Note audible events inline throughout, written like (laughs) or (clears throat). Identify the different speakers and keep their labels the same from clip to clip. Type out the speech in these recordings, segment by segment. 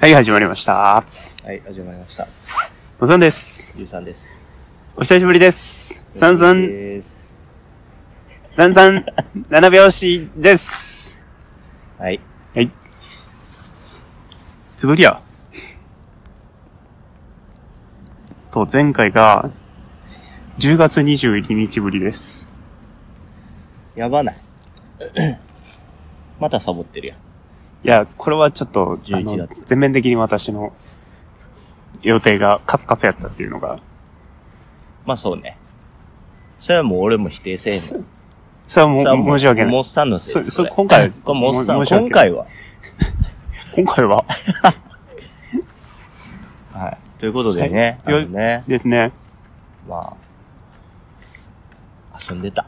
Speaker 1: はい、始まりました。
Speaker 2: はい、始まりました。
Speaker 1: おさんです。
Speaker 2: ゆうさんです。
Speaker 1: お久しぶりです。さんさ、
Speaker 2: ゆうんです
Speaker 1: さんさん、七拍子です。
Speaker 2: はい。
Speaker 1: はい。つぶりや。と、前回が、10月22日ぶりです。
Speaker 2: やばない。 (clears throat) またサボってるやん。
Speaker 1: いや、これはちょっと、あ
Speaker 2: 11
Speaker 1: の
Speaker 2: 月
Speaker 1: 全面的に私の予定がカツカツやったっていうのが、
Speaker 2: まあそうね。それはもう俺も否定せえへんの。
Speaker 1: それはも
Speaker 2: そうれはもう
Speaker 1: 申し訳ない
Speaker 2: もうおっ。さんのせい
Speaker 1: そそ今回は
Speaker 2: (laughs) これもうおっさん、
Speaker 1: も申し訳ない
Speaker 2: 今回は。
Speaker 1: 今回は、
Speaker 2: はい。ということでね、あ
Speaker 1: はい
Speaker 2: のね、
Speaker 1: ですね。
Speaker 2: まあ、遊んでた。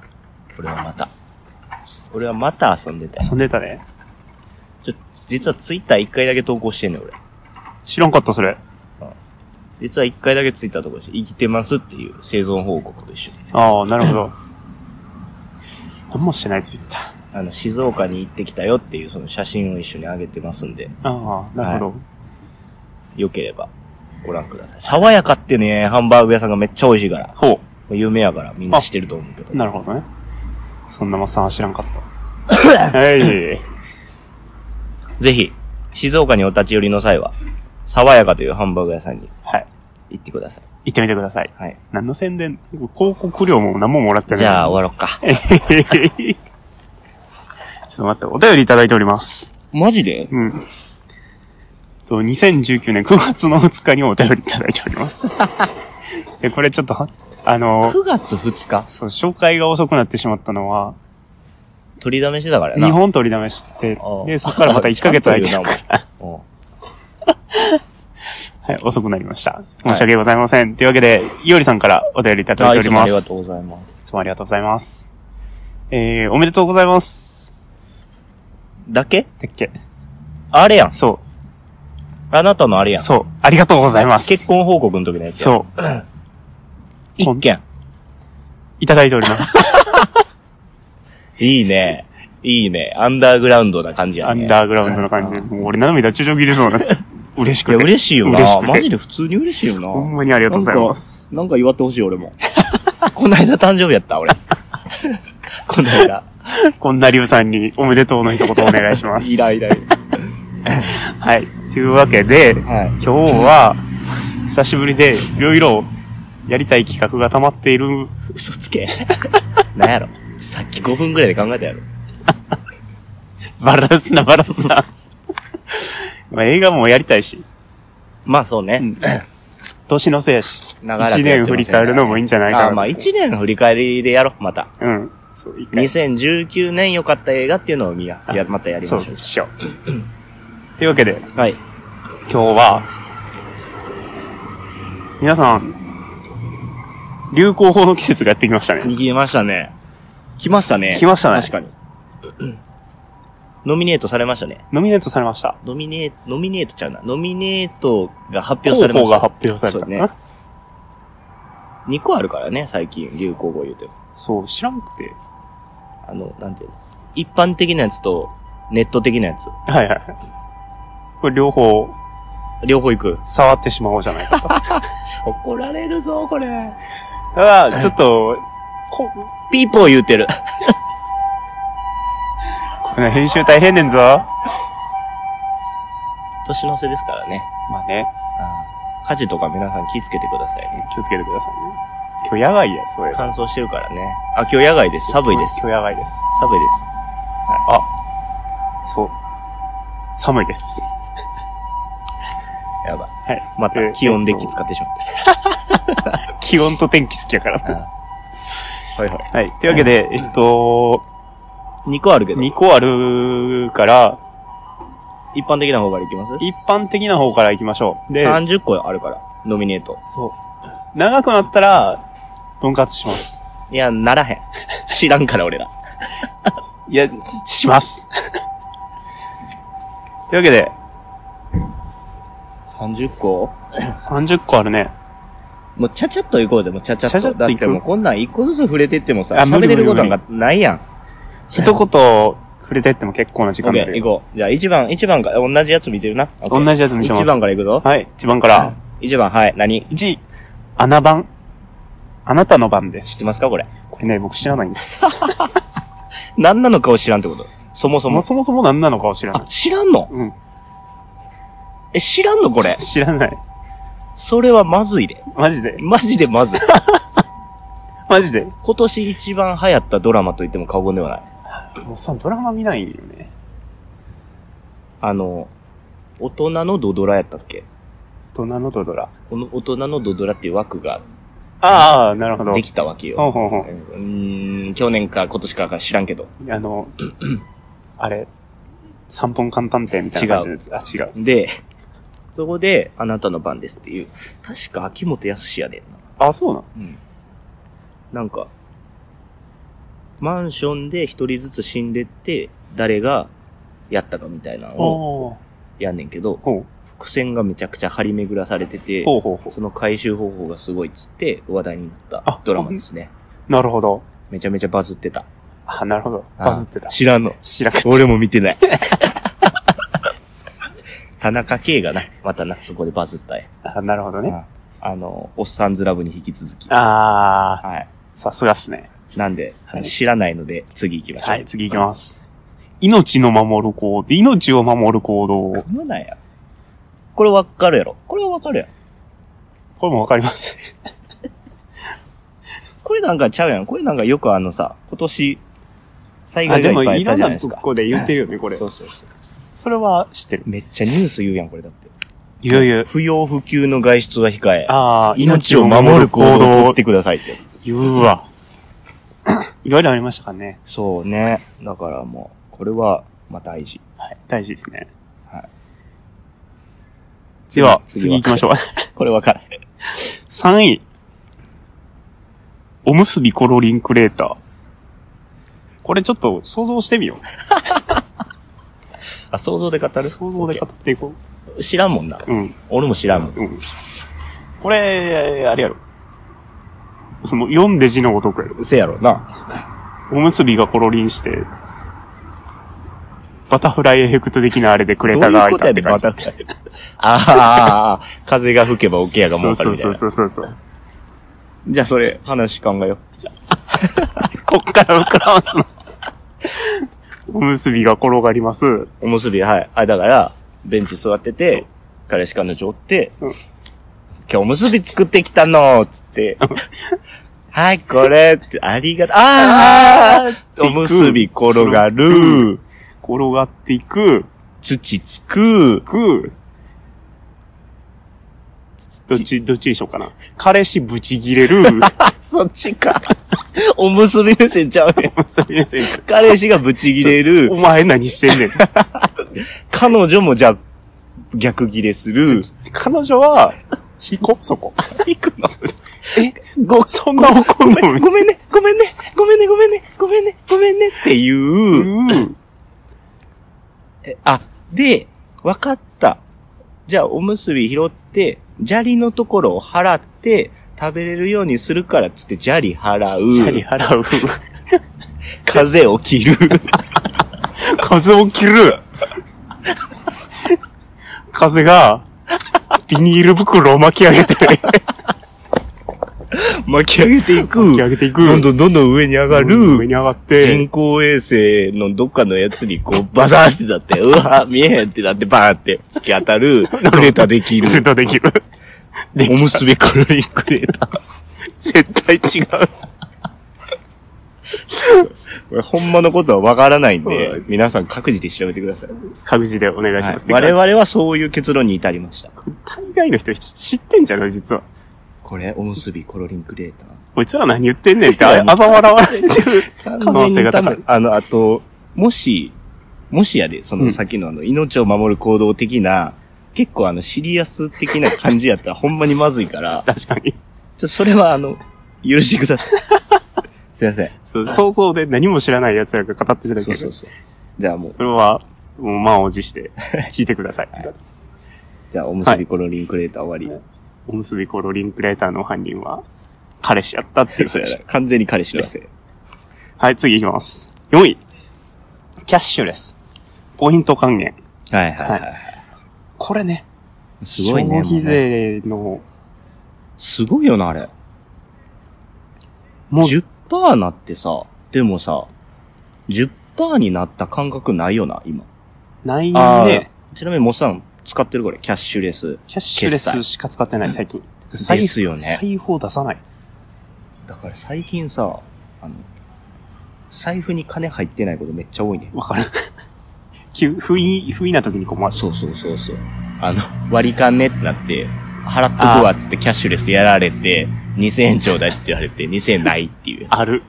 Speaker 2: 俺はまた。俺はまた遊んでたよ。
Speaker 1: 遊んでたね。
Speaker 2: ちょ、実はツイッター一回だけ投稿してんねん、俺。
Speaker 1: 知らんかった、それ。
Speaker 2: 実は一回だけツイッター投稿して、生きてますっていう生存報告と一緒に。
Speaker 1: ああ、なるほ
Speaker 2: (laughs)
Speaker 1: ど。何もしてないツイッタ
Speaker 2: あの、静岡に行ってきたよっていうその写真を一緒に上げてますんで、
Speaker 1: ー。ああ、なるほど。
Speaker 2: よければご覧ください。爽やかってね、ハンバーグ屋さんがめっちゃ美味しいから、も
Speaker 1: ほ
Speaker 2: う有名やからみんな知ってると思うけど
Speaker 1: う。。なるほどね。そんなもんさんは知らんかった。
Speaker 2: (laughs)
Speaker 1: はい。
Speaker 2: ぜひ、静岡にお立ち寄りの際は、爽やかというハンバーグ屋さんに
Speaker 1: はい。
Speaker 2: 行ってください。
Speaker 1: 行ってみてください。
Speaker 2: はい。
Speaker 1: 何の宣伝広告料も何ももらってない。
Speaker 2: じゃ
Speaker 1: (laughs)
Speaker 2: あ
Speaker 1: 終
Speaker 2: 終わろっか。
Speaker 1: わちょっと待って、お便りいただいております。
Speaker 2: マジで
Speaker 1: うん。と、2019年9月の2日にお便りいただいております。
Speaker 2: (laughs)
Speaker 1: でこれちょっと、あの、
Speaker 2: ?9 月2日
Speaker 1: そう、紹介が遅くなってしまったのは、
Speaker 2: 取りだめしてたからな。
Speaker 1: 日本取りだめして
Speaker 2: ああ、
Speaker 1: で、そこからまた1ヶ月空い
Speaker 2: (laughs)
Speaker 1: て
Speaker 2: ちゃ
Speaker 1: る
Speaker 2: んと
Speaker 1: か
Speaker 2: 言う
Speaker 1: ら、
Speaker 2: なお
Speaker 1: は
Speaker 2: 前
Speaker 1: い、遅くなりました。申し訳ございません。というわけで、いおりさんからお便りいた
Speaker 2: うん。
Speaker 1: だい
Speaker 2: あ
Speaker 1: て
Speaker 2: い
Speaker 1: おり
Speaker 2: つもあ
Speaker 1: ま
Speaker 2: り
Speaker 1: す。
Speaker 2: が
Speaker 1: い
Speaker 2: とうございます。
Speaker 1: つもありがとうございます。えー、おめでとうございます。
Speaker 2: だけ
Speaker 1: だっけ
Speaker 2: あれやん。
Speaker 1: そ
Speaker 2: あなたのあれ
Speaker 1: う。
Speaker 2: やん。
Speaker 1: そう。ありがとうございます。
Speaker 2: 結婚報告の時のやつやん。
Speaker 1: そう。
Speaker 2: 一件。
Speaker 1: いただいております。
Speaker 2: いいね。いいね。アンダーグラウンドな感じやね。
Speaker 1: アンダーグラウンドの感じ。もう俺涙中上切れ
Speaker 2: (laughs)
Speaker 1: そうな。嬉しく
Speaker 2: い
Speaker 1: て。
Speaker 2: や、嬉しいよ
Speaker 1: 嬉し
Speaker 2: な。
Speaker 1: くて
Speaker 2: マジで普通に嬉しいよな。
Speaker 1: ほんまにありがとうございます。
Speaker 2: なんか。なんか祝ってほしい、俺も。 (laughs) こないだ誕生日やった、俺。 (laughs) こないだ。
Speaker 1: こんなりゅうさんにおめでとうの一言お願いし
Speaker 2: (laughs)
Speaker 1: ます。
Speaker 2: イライラ。
Speaker 1: はい。というわけで、
Speaker 2: はい。
Speaker 1: 今日は、久しぶりで、いろいろ、やりたい企画が溜まっている。
Speaker 2: 嘘つけ。なんやろ。さっき5分くらいで考えたやろ。
Speaker 1: バラすな、バラすな。まあ、映画もやりたいし、
Speaker 2: まあそうね。
Speaker 1: 年のせいやし、
Speaker 2: 長らくやってませ
Speaker 1: 一
Speaker 2: んからね
Speaker 1: 年振り返るのもいいんじゃないかな。
Speaker 2: ああまあ1年の振り返りでやろう、また。
Speaker 1: うん。そう、一回。
Speaker 2: 2019年良かった映画っていうのを見や、やまたやりまし
Speaker 1: そ
Speaker 2: ょ
Speaker 1: う
Speaker 2: う。
Speaker 1: そう、しよう。というわけで、
Speaker 2: はい。
Speaker 1: 今日は、皆さん、流行法の季節がやってきましたね。
Speaker 2: 逃げましたね。来ましたね。
Speaker 1: 来ましたね
Speaker 2: 確かに。ノミネートされましたね。
Speaker 1: ノミネートされました。
Speaker 2: ノミネート、ノミネートちゃうな。ノミネートが発表
Speaker 1: 広
Speaker 2: されま
Speaker 1: 報
Speaker 2: した。
Speaker 1: が発表された
Speaker 2: そうね
Speaker 1: な。
Speaker 2: 2個あるからね、最近、流行語言うても。
Speaker 1: そう、知らんくて。
Speaker 2: あの、なんていうの。一般的なやつと、ネット的なやつ。
Speaker 1: はいはいはい。これ両方、
Speaker 2: 両方行く。
Speaker 1: 触ってしまおうじゃない
Speaker 2: (laughs)
Speaker 1: かと。
Speaker 2: 怒られるぞ、これ。
Speaker 1: ただ、ちょっと、こ、
Speaker 2: ピーポー言うてる。
Speaker 1: これ編集大変ねんぞ。ま
Speaker 2: 年の瀬ですからね。
Speaker 1: あね、
Speaker 2: 火事とか皆さん気ぃつけてくださいね。
Speaker 1: 気をつけてくださいね。今日野外や、そういう。
Speaker 2: 乾燥してるからね。あ、今日野外です。寒いです。
Speaker 1: 今日野外です。
Speaker 2: 寒いです。
Speaker 1: そう。寒いです。
Speaker 2: やばい。
Speaker 1: はい。
Speaker 2: また、気温デッキ使ってしまっ
Speaker 1: 気温と天気好きやから。
Speaker 2: た。はいはい。
Speaker 1: はい。というわけで、えっと、
Speaker 2: 2個あるけど。
Speaker 1: 2個あるから、
Speaker 2: 一般的な方からいきます
Speaker 1: 一般的な方から行きましょう。で、
Speaker 2: ?30 個あるから、ノミネート。
Speaker 1: そう。長くなったら、分割します。
Speaker 2: いや、
Speaker 1: (laughs)
Speaker 2: ならへん。知らんから、俺ら。
Speaker 1: いや、します。 (laughs) というわけで、
Speaker 2: 30個
Speaker 1: 30個あるね。
Speaker 2: もう、ちゃちゃっと行こうぜ、もう、ちゃちゃっと。
Speaker 1: ちゃちゃっと行
Speaker 2: だっ
Speaker 1: く
Speaker 2: てもう、こんなん一個ずつ触れてってもさ、
Speaker 1: あ無理
Speaker 2: 喋れること
Speaker 1: 無
Speaker 2: な
Speaker 1: 理
Speaker 2: んかないやん。
Speaker 1: 一言、触れてっても結構な時
Speaker 2: オッ
Speaker 1: 間
Speaker 2: ケ
Speaker 1: だ
Speaker 2: ー、行
Speaker 1: よ。
Speaker 2: こう。じゃあ1番、一番から、同じやつ見てるな。オッケー
Speaker 1: 同じやつ見てます
Speaker 2: 一番から行くぞ。
Speaker 1: はい、一番から。
Speaker 2: 一番、はい、何知っ
Speaker 1: 1、穴番。あなたの番です。知
Speaker 2: てますかこれ。
Speaker 1: これね、僕知らないんです。
Speaker 2: 何なのかを知らんってことそもそ
Speaker 1: そも
Speaker 2: も。
Speaker 1: そもそも何なのかを知らな
Speaker 2: あ
Speaker 1: い、。
Speaker 2: 知らんの
Speaker 1: うん。
Speaker 2: え、知らんのこれ。
Speaker 1: 知らない。
Speaker 2: それはまずいで。
Speaker 1: マジで。
Speaker 2: マジでまずい。
Speaker 1: マジで。
Speaker 2: 今年一番流行ったドラマと言っても過言ではない。
Speaker 1: もうさ、ドラマ見ないよね。
Speaker 2: あの、大人のドドラやったっけ
Speaker 1: 大人のドドラ。
Speaker 2: この大人のドドラっていう枠が
Speaker 1: ああ、なるほど。
Speaker 2: できたわけ
Speaker 1: ほう
Speaker 2: よ。
Speaker 1: ほうほ
Speaker 2: うーん、去年か今年かか知らんけど。
Speaker 1: う。あの、あれ、三本簡単店みたいな感じのやつあ、違う。
Speaker 2: で、そこで、あなたの番ですっていう。確か秋元康やでんな。
Speaker 1: あ、そうなの
Speaker 2: うん。なんか、マンションで一人ずつ死んでって、誰がやったかみたいなのを
Speaker 1: おー
Speaker 2: やんねんけど、
Speaker 1: ほう。
Speaker 2: 伏線がめちゃくちゃ張り巡らされてて、
Speaker 1: ほうほうほ
Speaker 2: その回収方法がすごいっつって話題になった
Speaker 1: あ
Speaker 2: ドラマですね。
Speaker 1: う。なるほど。
Speaker 2: めちゃめちゃバズってた。
Speaker 1: あ、なるほど。バズって
Speaker 2: あ
Speaker 1: た
Speaker 2: ー。知らんの。
Speaker 1: 知らなかった。
Speaker 2: 俺も見てない。 (laughs) 田中圭がな、またな、そこでバズったや。
Speaker 1: あなるほどね。
Speaker 2: ああの、おっさんずラブに引き続き。
Speaker 1: ああ、
Speaker 2: はい。
Speaker 1: さすがっすね。
Speaker 2: なんで、あの
Speaker 1: はい
Speaker 2: 知らないので、次行きましょう。
Speaker 1: はい、次行きます。命の守る行動。命を守る行動。
Speaker 2: す。このなんや。これわかるやろ。これはわかるやん。
Speaker 1: これもわかります。
Speaker 2: これなんかちゃうやん。これなんかよくあのさ、今年、災
Speaker 1: あ、
Speaker 2: 害
Speaker 1: で
Speaker 2: がい
Speaker 1: も
Speaker 2: っぱい
Speaker 1: い
Speaker 2: いた
Speaker 1: ろん
Speaker 2: じゃない
Speaker 1: な
Speaker 2: です
Speaker 1: と
Speaker 2: か。
Speaker 1: こで言ってるよね、これ
Speaker 2: そ。うそうそう。
Speaker 1: それは知ってる。
Speaker 2: めっちゃニュース言うやん、これだって。
Speaker 1: いよいよ。
Speaker 2: 不要不急の外出は控え。
Speaker 1: ああ、
Speaker 2: 命を守る行動をとってくださいってやつ。
Speaker 1: 言うわ。
Speaker 2: (coughs)
Speaker 1: いろいろありましたからね。
Speaker 2: そうね。だからもう、これは、まあ大事。
Speaker 1: はい。大事ですね。
Speaker 2: はい。
Speaker 1: では、次行きましょう
Speaker 2: う。。 (laughs) これわかる。
Speaker 1: 3位。おむすびコロリンクレーター。これちょっと想像してみよ
Speaker 2: あ、想像で語
Speaker 1: う。
Speaker 2: る
Speaker 1: 想像で語っていこ
Speaker 2: 知らんもんな。
Speaker 1: う。うん。
Speaker 2: 俺も知らんもん。
Speaker 1: うん。これ、あれやろ。その、読んで字のごとくやろ。
Speaker 2: せやろな。
Speaker 1: おむすびがコロリンして、バタフライエフェクト的なあれでクレーターが開いたって感じ。
Speaker 2: どういうことやねんバタフライ。あーあーあー、風が吹けばオケアが儲か
Speaker 1: そ
Speaker 2: る
Speaker 1: う
Speaker 2: みたい
Speaker 1: そう
Speaker 2: な。
Speaker 1: そうそうそう。
Speaker 2: じゃあそれ、話考えよう。
Speaker 1: こっから膨らますの。おむすびが転がります。
Speaker 2: おむすび、はい。あ、だから、ベンチ座ってて、彼氏彼女おって、
Speaker 1: うん
Speaker 2: 今日おむすび作ってきたのつって、はい、これ、ってありがと、ああ
Speaker 1: あー
Speaker 2: おむすび転がる、
Speaker 1: 転がっていく。
Speaker 2: 土つく、
Speaker 1: く。どっち、どっちにしようかな。彼氏ブチギレ
Speaker 2: (laughs)
Speaker 1: る。
Speaker 2: そっちか。おむすび目線ちゃうねん。
Speaker 1: おむすびですよ
Speaker 2: 彼氏がブチギレる
Speaker 1: お、前何してん
Speaker 2: (laughs)
Speaker 1: ねん。
Speaker 2: 彼女もじゃあ、逆ギレする。
Speaker 1: 彼女は、ひこそこ。
Speaker 2: 行くのえ、ご、
Speaker 1: そんな怒んの
Speaker 2: ごめんね、ごめんね、ごめんね、ごめんね、ごめんね、ごめんねって (laughs) いう。
Speaker 1: うん。
Speaker 2: えあ、で、わかった。じゃあ、おむすび拾って、砂利のところを払って、食べれるようにするからっつって砂利払う。
Speaker 1: チャリ払う。
Speaker 2: 風を切る。
Speaker 1: 風を切る。風が、ビニール袋を巻き上げて、
Speaker 2: (laughs) 巻き上げてい
Speaker 1: 巻き上
Speaker 2: く。
Speaker 1: げていく。
Speaker 2: どんどんどんどん上に上が
Speaker 1: うん上
Speaker 2: る。
Speaker 1: に上がっ
Speaker 2: 人
Speaker 1: て、
Speaker 2: 工衛星のどっかのやつにこう、バザーってな (laughs) って、うわ、見えへんってなって、バーンって突き当た (laughs) る。クレーターでき
Speaker 1: ビ
Speaker 2: る
Speaker 1: ル。ドできる。で
Speaker 2: おむすびクリクレーター。
Speaker 1: 絶対違う。
Speaker 2: これ、ほんまのことはわからないん
Speaker 1: は
Speaker 2: で
Speaker 1: い、
Speaker 2: 皆さん各自で調べてください。
Speaker 1: 各自でお願いします。
Speaker 2: はい我々はそういう結論に至りました。
Speaker 1: 大概の人知ってんじゃない実は。
Speaker 2: これ、おむすびコロリンクレーター。
Speaker 1: こいつら何言ってんねんって、
Speaker 2: い
Speaker 1: あ
Speaker 2: やもう
Speaker 1: ざ笑われてる可能性が高い。
Speaker 2: あの、あと、もし、もしやで、その
Speaker 1: ん
Speaker 2: さっきのあの、命を守る行動的な、結構あの、シリアス的な感じやったらほんまにまずいから、ちょ
Speaker 1: 確かに。
Speaker 2: っとそれはあの、許してください。すいません。
Speaker 1: そう、想像で何も知らない奴らが語ってるだけ
Speaker 2: そう
Speaker 1: で。
Speaker 2: そう
Speaker 1: そ
Speaker 2: そう。じゃあもう、
Speaker 1: れは、もう満を持して、聞いてください。
Speaker 2: じゃあおむすびコロリンクレーター終わり。
Speaker 1: おむすびコロリンクレーターの犯人は、彼氏やったっていう
Speaker 2: そうや
Speaker 1: 話
Speaker 2: な。完全に彼氏のせい。
Speaker 1: はい、次行きます。4位。キャッシュレス。ポイント還元。
Speaker 2: はいはいはい。
Speaker 1: はこれね。
Speaker 2: すごいね。
Speaker 1: 消費
Speaker 2: もうね
Speaker 1: 税の、
Speaker 2: すごいよな、あれ。
Speaker 1: もう、
Speaker 2: 10%なってさ、でもさ、10%になった感覚ないよな、今。
Speaker 1: ない
Speaker 2: あー
Speaker 1: ね。
Speaker 2: ちなみにモッさん使ってるこれ、キャッシュレス。
Speaker 1: キャッシュレスしか使ってない、
Speaker 2: 決
Speaker 1: 最近。
Speaker 2: ですよね
Speaker 1: 財布を出さない。
Speaker 2: だから最近さ、あの、財布に金入ってないことめっちゃ多いね。
Speaker 1: わかる。 (laughs) 急、不意、不意な時に困る。
Speaker 2: そうそうそうそう。あの、割り勘ねってなって、払っとくわっつってキャッシュレスやられて、2000円ちょうだいって言われて、2000円ないっていうやつ。
Speaker 1: ある。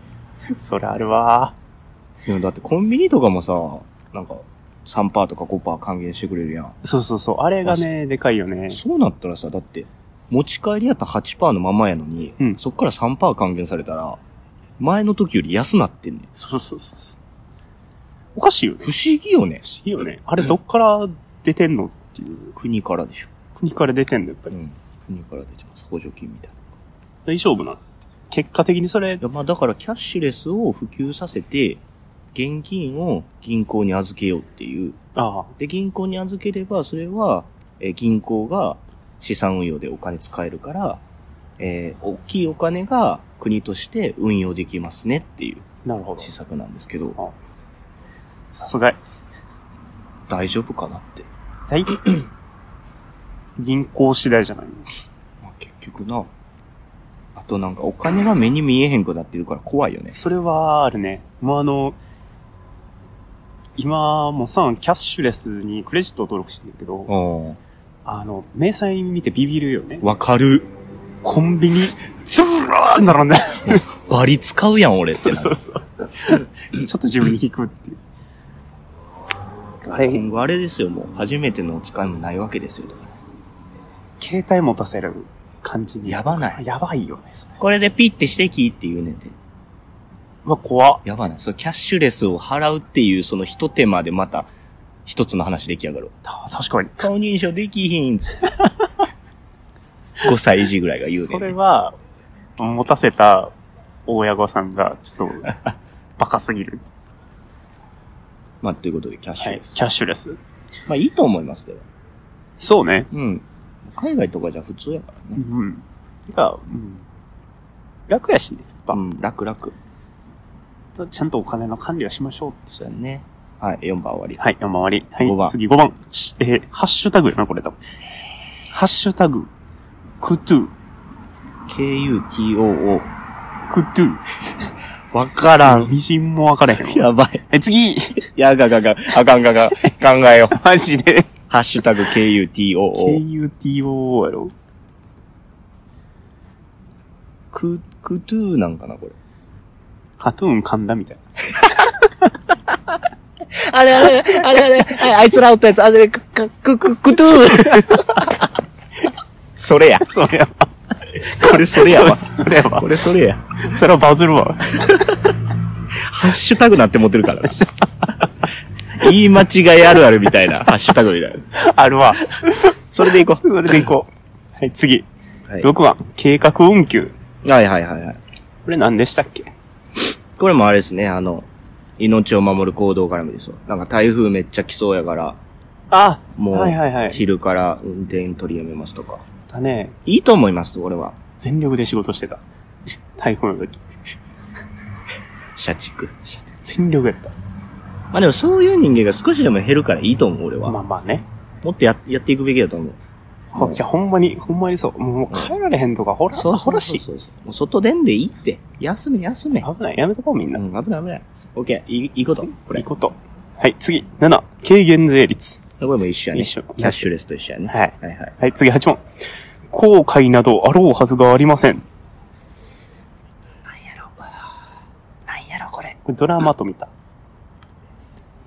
Speaker 1: それあるわ。
Speaker 2: でもだってコンビニとかもさ、なんか、3%とか5%還元してくれるやん。
Speaker 1: そうそうそう。あれがね、でかいよね。
Speaker 2: そうなったらさ、だって、持ち帰りやったら8%のままやのに、
Speaker 1: うん
Speaker 2: そっから3%還元されたら、前の時より安なってんねん。
Speaker 1: そうそうそうそう。おかしいよね。
Speaker 2: 不思議よね
Speaker 1: 不。思議よね。あれどっから出てんのっていう。
Speaker 2: 国からでしょ。
Speaker 1: 国から出てんの、やっぱ
Speaker 2: う
Speaker 1: り。
Speaker 2: ん。国から出てます。補助金みたいな。
Speaker 1: 大丈夫なの。結果的にそれ
Speaker 2: い、や、まあだからキャッシュレスを普及させて、現金を銀行に預けようっていう。
Speaker 1: ああ、
Speaker 2: で、銀行に預ければ、それは、えー銀行が資産運用でお金使えるから、えー大きいお金が国として運用できますねっていう
Speaker 1: なるほど
Speaker 2: 施。策なんですけど、
Speaker 1: さすが、
Speaker 2: 大丈夫かなって。
Speaker 1: (clears throat) 大、銀行次第じゃないの
Speaker 2: まあ、結局な。あとなんかお金が目に見えへんくなってるから怖いよね。
Speaker 1: それはあるね。もうあの、今もさ、キャッシュレスにクレジット登録してんだけど、
Speaker 2: うん。
Speaker 1: あの、明細見てビビるよね。
Speaker 2: わかる。
Speaker 1: コンビニ、ズブラーンなるんだ。
Speaker 2: バリ使うやん俺ってな
Speaker 1: (laughs)
Speaker 2: る。
Speaker 1: そうそう。 (laughs) ちょっと自分に引くっていう。あれ、
Speaker 2: 今後あれですよ、もう。初めてのお使いもないわけですよ。
Speaker 1: 携帯持たせる感じに。
Speaker 2: やばない
Speaker 1: やばいよね、それ。
Speaker 2: これでピッてしてきって言うねんて。
Speaker 1: うわ、怖っ
Speaker 2: やばない。そのキャッシュレスを払うっていう、その一手間でまた、一つの話出来上がる。
Speaker 1: た確かに。
Speaker 2: 顔認証できひんっつ (laughs) って。5歳児ぐらいが言うね
Speaker 1: そ
Speaker 2: ん
Speaker 1: れ
Speaker 2: て。
Speaker 1: は、持たせた親御さんが、ちょっと、バカすぎる。
Speaker 2: まあ、ということで、キャッシュレス。
Speaker 1: キャッシュレス。
Speaker 2: まあ、いいと思います、でも。
Speaker 1: そうね。
Speaker 2: うん。海外とかじゃ普通やから
Speaker 1: う
Speaker 2: ね。
Speaker 1: ん。てか、うん、楽やしね。や
Speaker 2: う
Speaker 1: っ
Speaker 2: ん、楽々。
Speaker 1: ぱ、ちゃんとお金の管理をしましょうって。
Speaker 2: そうやね。はい、4番終わり。
Speaker 1: はい、4番終わり。
Speaker 2: 五
Speaker 1: は
Speaker 2: 番
Speaker 1: い、次5番。しえーハッシュタグやな、これ多分。ハッシュタグ、クトゥ、
Speaker 2: KUTOO。
Speaker 1: クトゥ。
Speaker 2: わからん。
Speaker 1: 微塵も分からへんわ。
Speaker 2: やばい。
Speaker 1: え、次
Speaker 2: いや、ががが、あかんがが、考えよ (laughs) う。
Speaker 1: マジで
Speaker 2: ハッシュタグ KUTOO。
Speaker 1: ?KUTOO やろ
Speaker 2: ク、クトゥーなんかな、これ。
Speaker 1: ハトゥーン噛んだみたいな。
Speaker 2: あれあれ、あれあれ、ああいつらおったやつ、あれ、く、く、く、くくトゥー (laughs) それや。
Speaker 1: それやわ。
Speaker 2: これ (laughs) それやわ。
Speaker 1: それやわ
Speaker 2: こ。れそれや。
Speaker 1: それはバズるわ。
Speaker 2: ハッシュタグなって持ってる (laughs) からな。言い間違いあるあるみたいな、ハッシュタグみたいな。
Speaker 1: (laughs) あるわ。
Speaker 2: それでいこう。
Speaker 1: それでいこう。はい、次。
Speaker 2: はい
Speaker 1: 6番。計画運休。
Speaker 2: はいはいはいはい。
Speaker 1: これ何でしたっけ
Speaker 2: これもあれですね、あの、命を守る行動絡みですわ。なんか台風めっちゃ来そうやから、
Speaker 1: あ
Speaker 2: も
Speaker 1: はいはいは
Speaker 2: う、
Speaker 1: い。
Speaker 2: 昼から運転取りやめますとか。
Speaker 1: だね。
Speaker 2: いいと思います、俺は。
Speaker 1: 全力で仕事してた。台風の時。
Speaker 2: 社畜。
Speaker 1: 全力やった。
Speaker 2: まあでもそういう人間が少しでも減るからいいと思う、俺は。
Speaker 1: まあまあね。
Speaker 2: もっとややっていくべきだと思う。
Speaker 1: ほ
Speaker 2: うん
Speaker 1: いや、ほんまに、ほんまにそう。もうもう帰られへんとか、ほら、
Speaker 2: そう
Speaker 1: ほ
Speaker 2: そう
Speaker 1: ら
Speaker 2: そ
Speaker 1: し
Speaker 2: う
Speaker 1: い。
Speaker 2: そう。もう外出んでいいって。休め、休め。
Speaker 1: 危ない。やめとこう、みん
Speaker 2: う
Speaker 1: な。
Speaker 2: ん、危ない危ない。オッケー、いい、いいこと。こ
Speaker 1: い
Speaker 2: れ。
Speaker 1: いこと。はい、次。7。軽減税率。
Speaker 2: これも一緒やね。
Speaker 1: 一緒
Speaker 2: キャッシュレスと一緒やね。
Speaker 1: はい。
Speaker 2: はいはい。
Speaker 1: はい、次8問。後悔などあろうはずがありません。
Speaker 2: なんやろ、なんやろ、これ。
Speaker 1: これドラマと見た。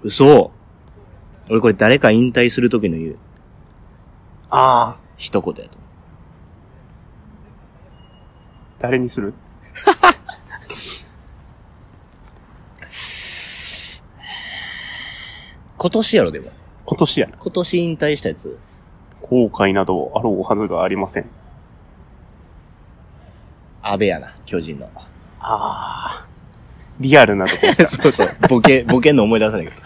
Speaker 2: 嘘俺これ誰か引退するときの言う
Speaker 1: ああ。
Speaker 2: 一言やと。
Speaker 1: 誰にする
Speaker 2: 今年やろ、でも。
Speaker 1: 今年やな。
Speaker 2: 今年引退したやつ。
Speaker 1: 後悔などあろうはずがありません。
Speaker 2: 安倍やな、巨人 (laughs) の。
Speaker 1: ああ。リアルなとこ。 (laughs)
Speaker 2: そうそう。ボケ、ボケんの思い出さないけど。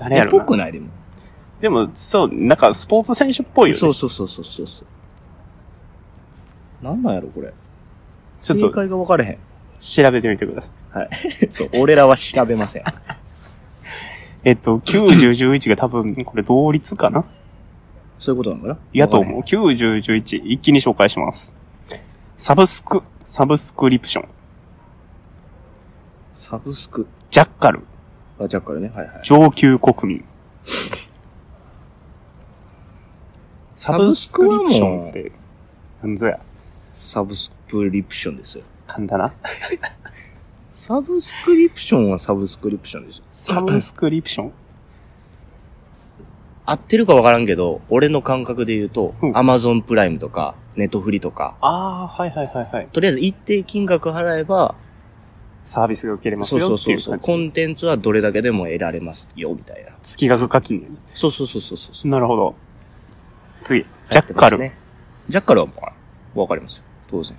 Speaker 1: あれや
Speaker 2: っぽ
Speaker 1: ろな。
Speaker 2: くないでも。
Speaker 1: でも、そう、なんかスポーツ選手っぽいよね。
Speaker 2: そうそうそうそうそうそう。なんなんやろ、これ。
Speaker 1: ちょっ
Speaker 2: 正
Speaker 1: と
Speaker 2: 解が分からへん。
Speaker 1: 調べてみてください。
Speaker 2: そう、俺らは調べません。
Speaker 1: えっと、90、11が多分、これ同率かな
Speaker 2: (laughs) そういうことなのかな
Speaker 1: やと
Speaker 2: 分
Speaker 1: 思う。90、11、一気に紹介します。サブスク、サブスクリプション、
Speaker 2: からへんサブスク。
Speaker 1: ジャッカル、
Speaker 2: あ、ジャッカルね。はいはい。
Speaker 1: 上級国民。サブスクリプションって、なんぞや、
Speaker 2: サブスクリプションですよ。
Speaker 1: 簡単な。
Speaker 2: サブスクリプションはサブスクリプションですよ。
Speaker 1: サブスクリプション
Speaker 2: 合ってるか分からんけど、俺の感覚で言うと、
Speaker 1: うん
Speaker 2: アマゾンプライムとか、ネットフリとか、
Speaker 1: ああ、はいはいはいはい。
Speaker 2: とりあえず一定金額払えば、
Speaker 1: サービスが受けれます
Speaker 2: そうそ
Speaker 1: よ
Speaker 2: う
Speaker 1: って
Speaker 2: そ
Speaker 1: いうう
Speaker 2: そう、
Speaker 1: 感
Speaker 2: コ
Speaker 1: じ。
Speaker 2: ンテンツはどれだけでも得られますよ、みたいな。
Speaker 1: 月額課金やね。
Speaker 2: そうそうそうそうそう。
Speaker 1: なるほど。次、ジャッカル。
Speaker 2: ね。ジャッカルはもう、わかりますよ。当然。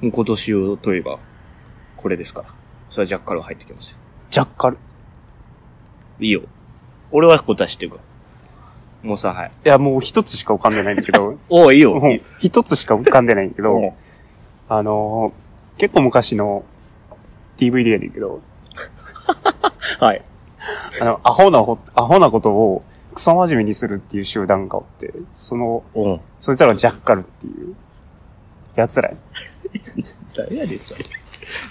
Speaker 2: もう今年をといえば、これですから。それはジャッカル入ってきますよ。
Speaker 1: ジャッカル。
Speaker 2: いいよ。俺は答えしてるから。もうさ、はい。
Speaker 1: いや、もう一つしか浮かんでないんだけ (laughs) ど、
Speaker 2: おういいよ。
Speaker 1: もう一つしか浮かんでないんだけ
Speaker 2: う
Speaker 1: ど
Speaker 2: ん、
Speaker 1: あのー、結構昔の DVD やねんけど、
Speaker 2: はい。
Speaker 1: あの、アホなほ、アホなことをクソ真面目にするっていう集団がおって、その、
Speaker 2: おう
Speaker 1: そいつらがジャッカルっていう、奴らや。
Speaker 2: 誰やねん、それ。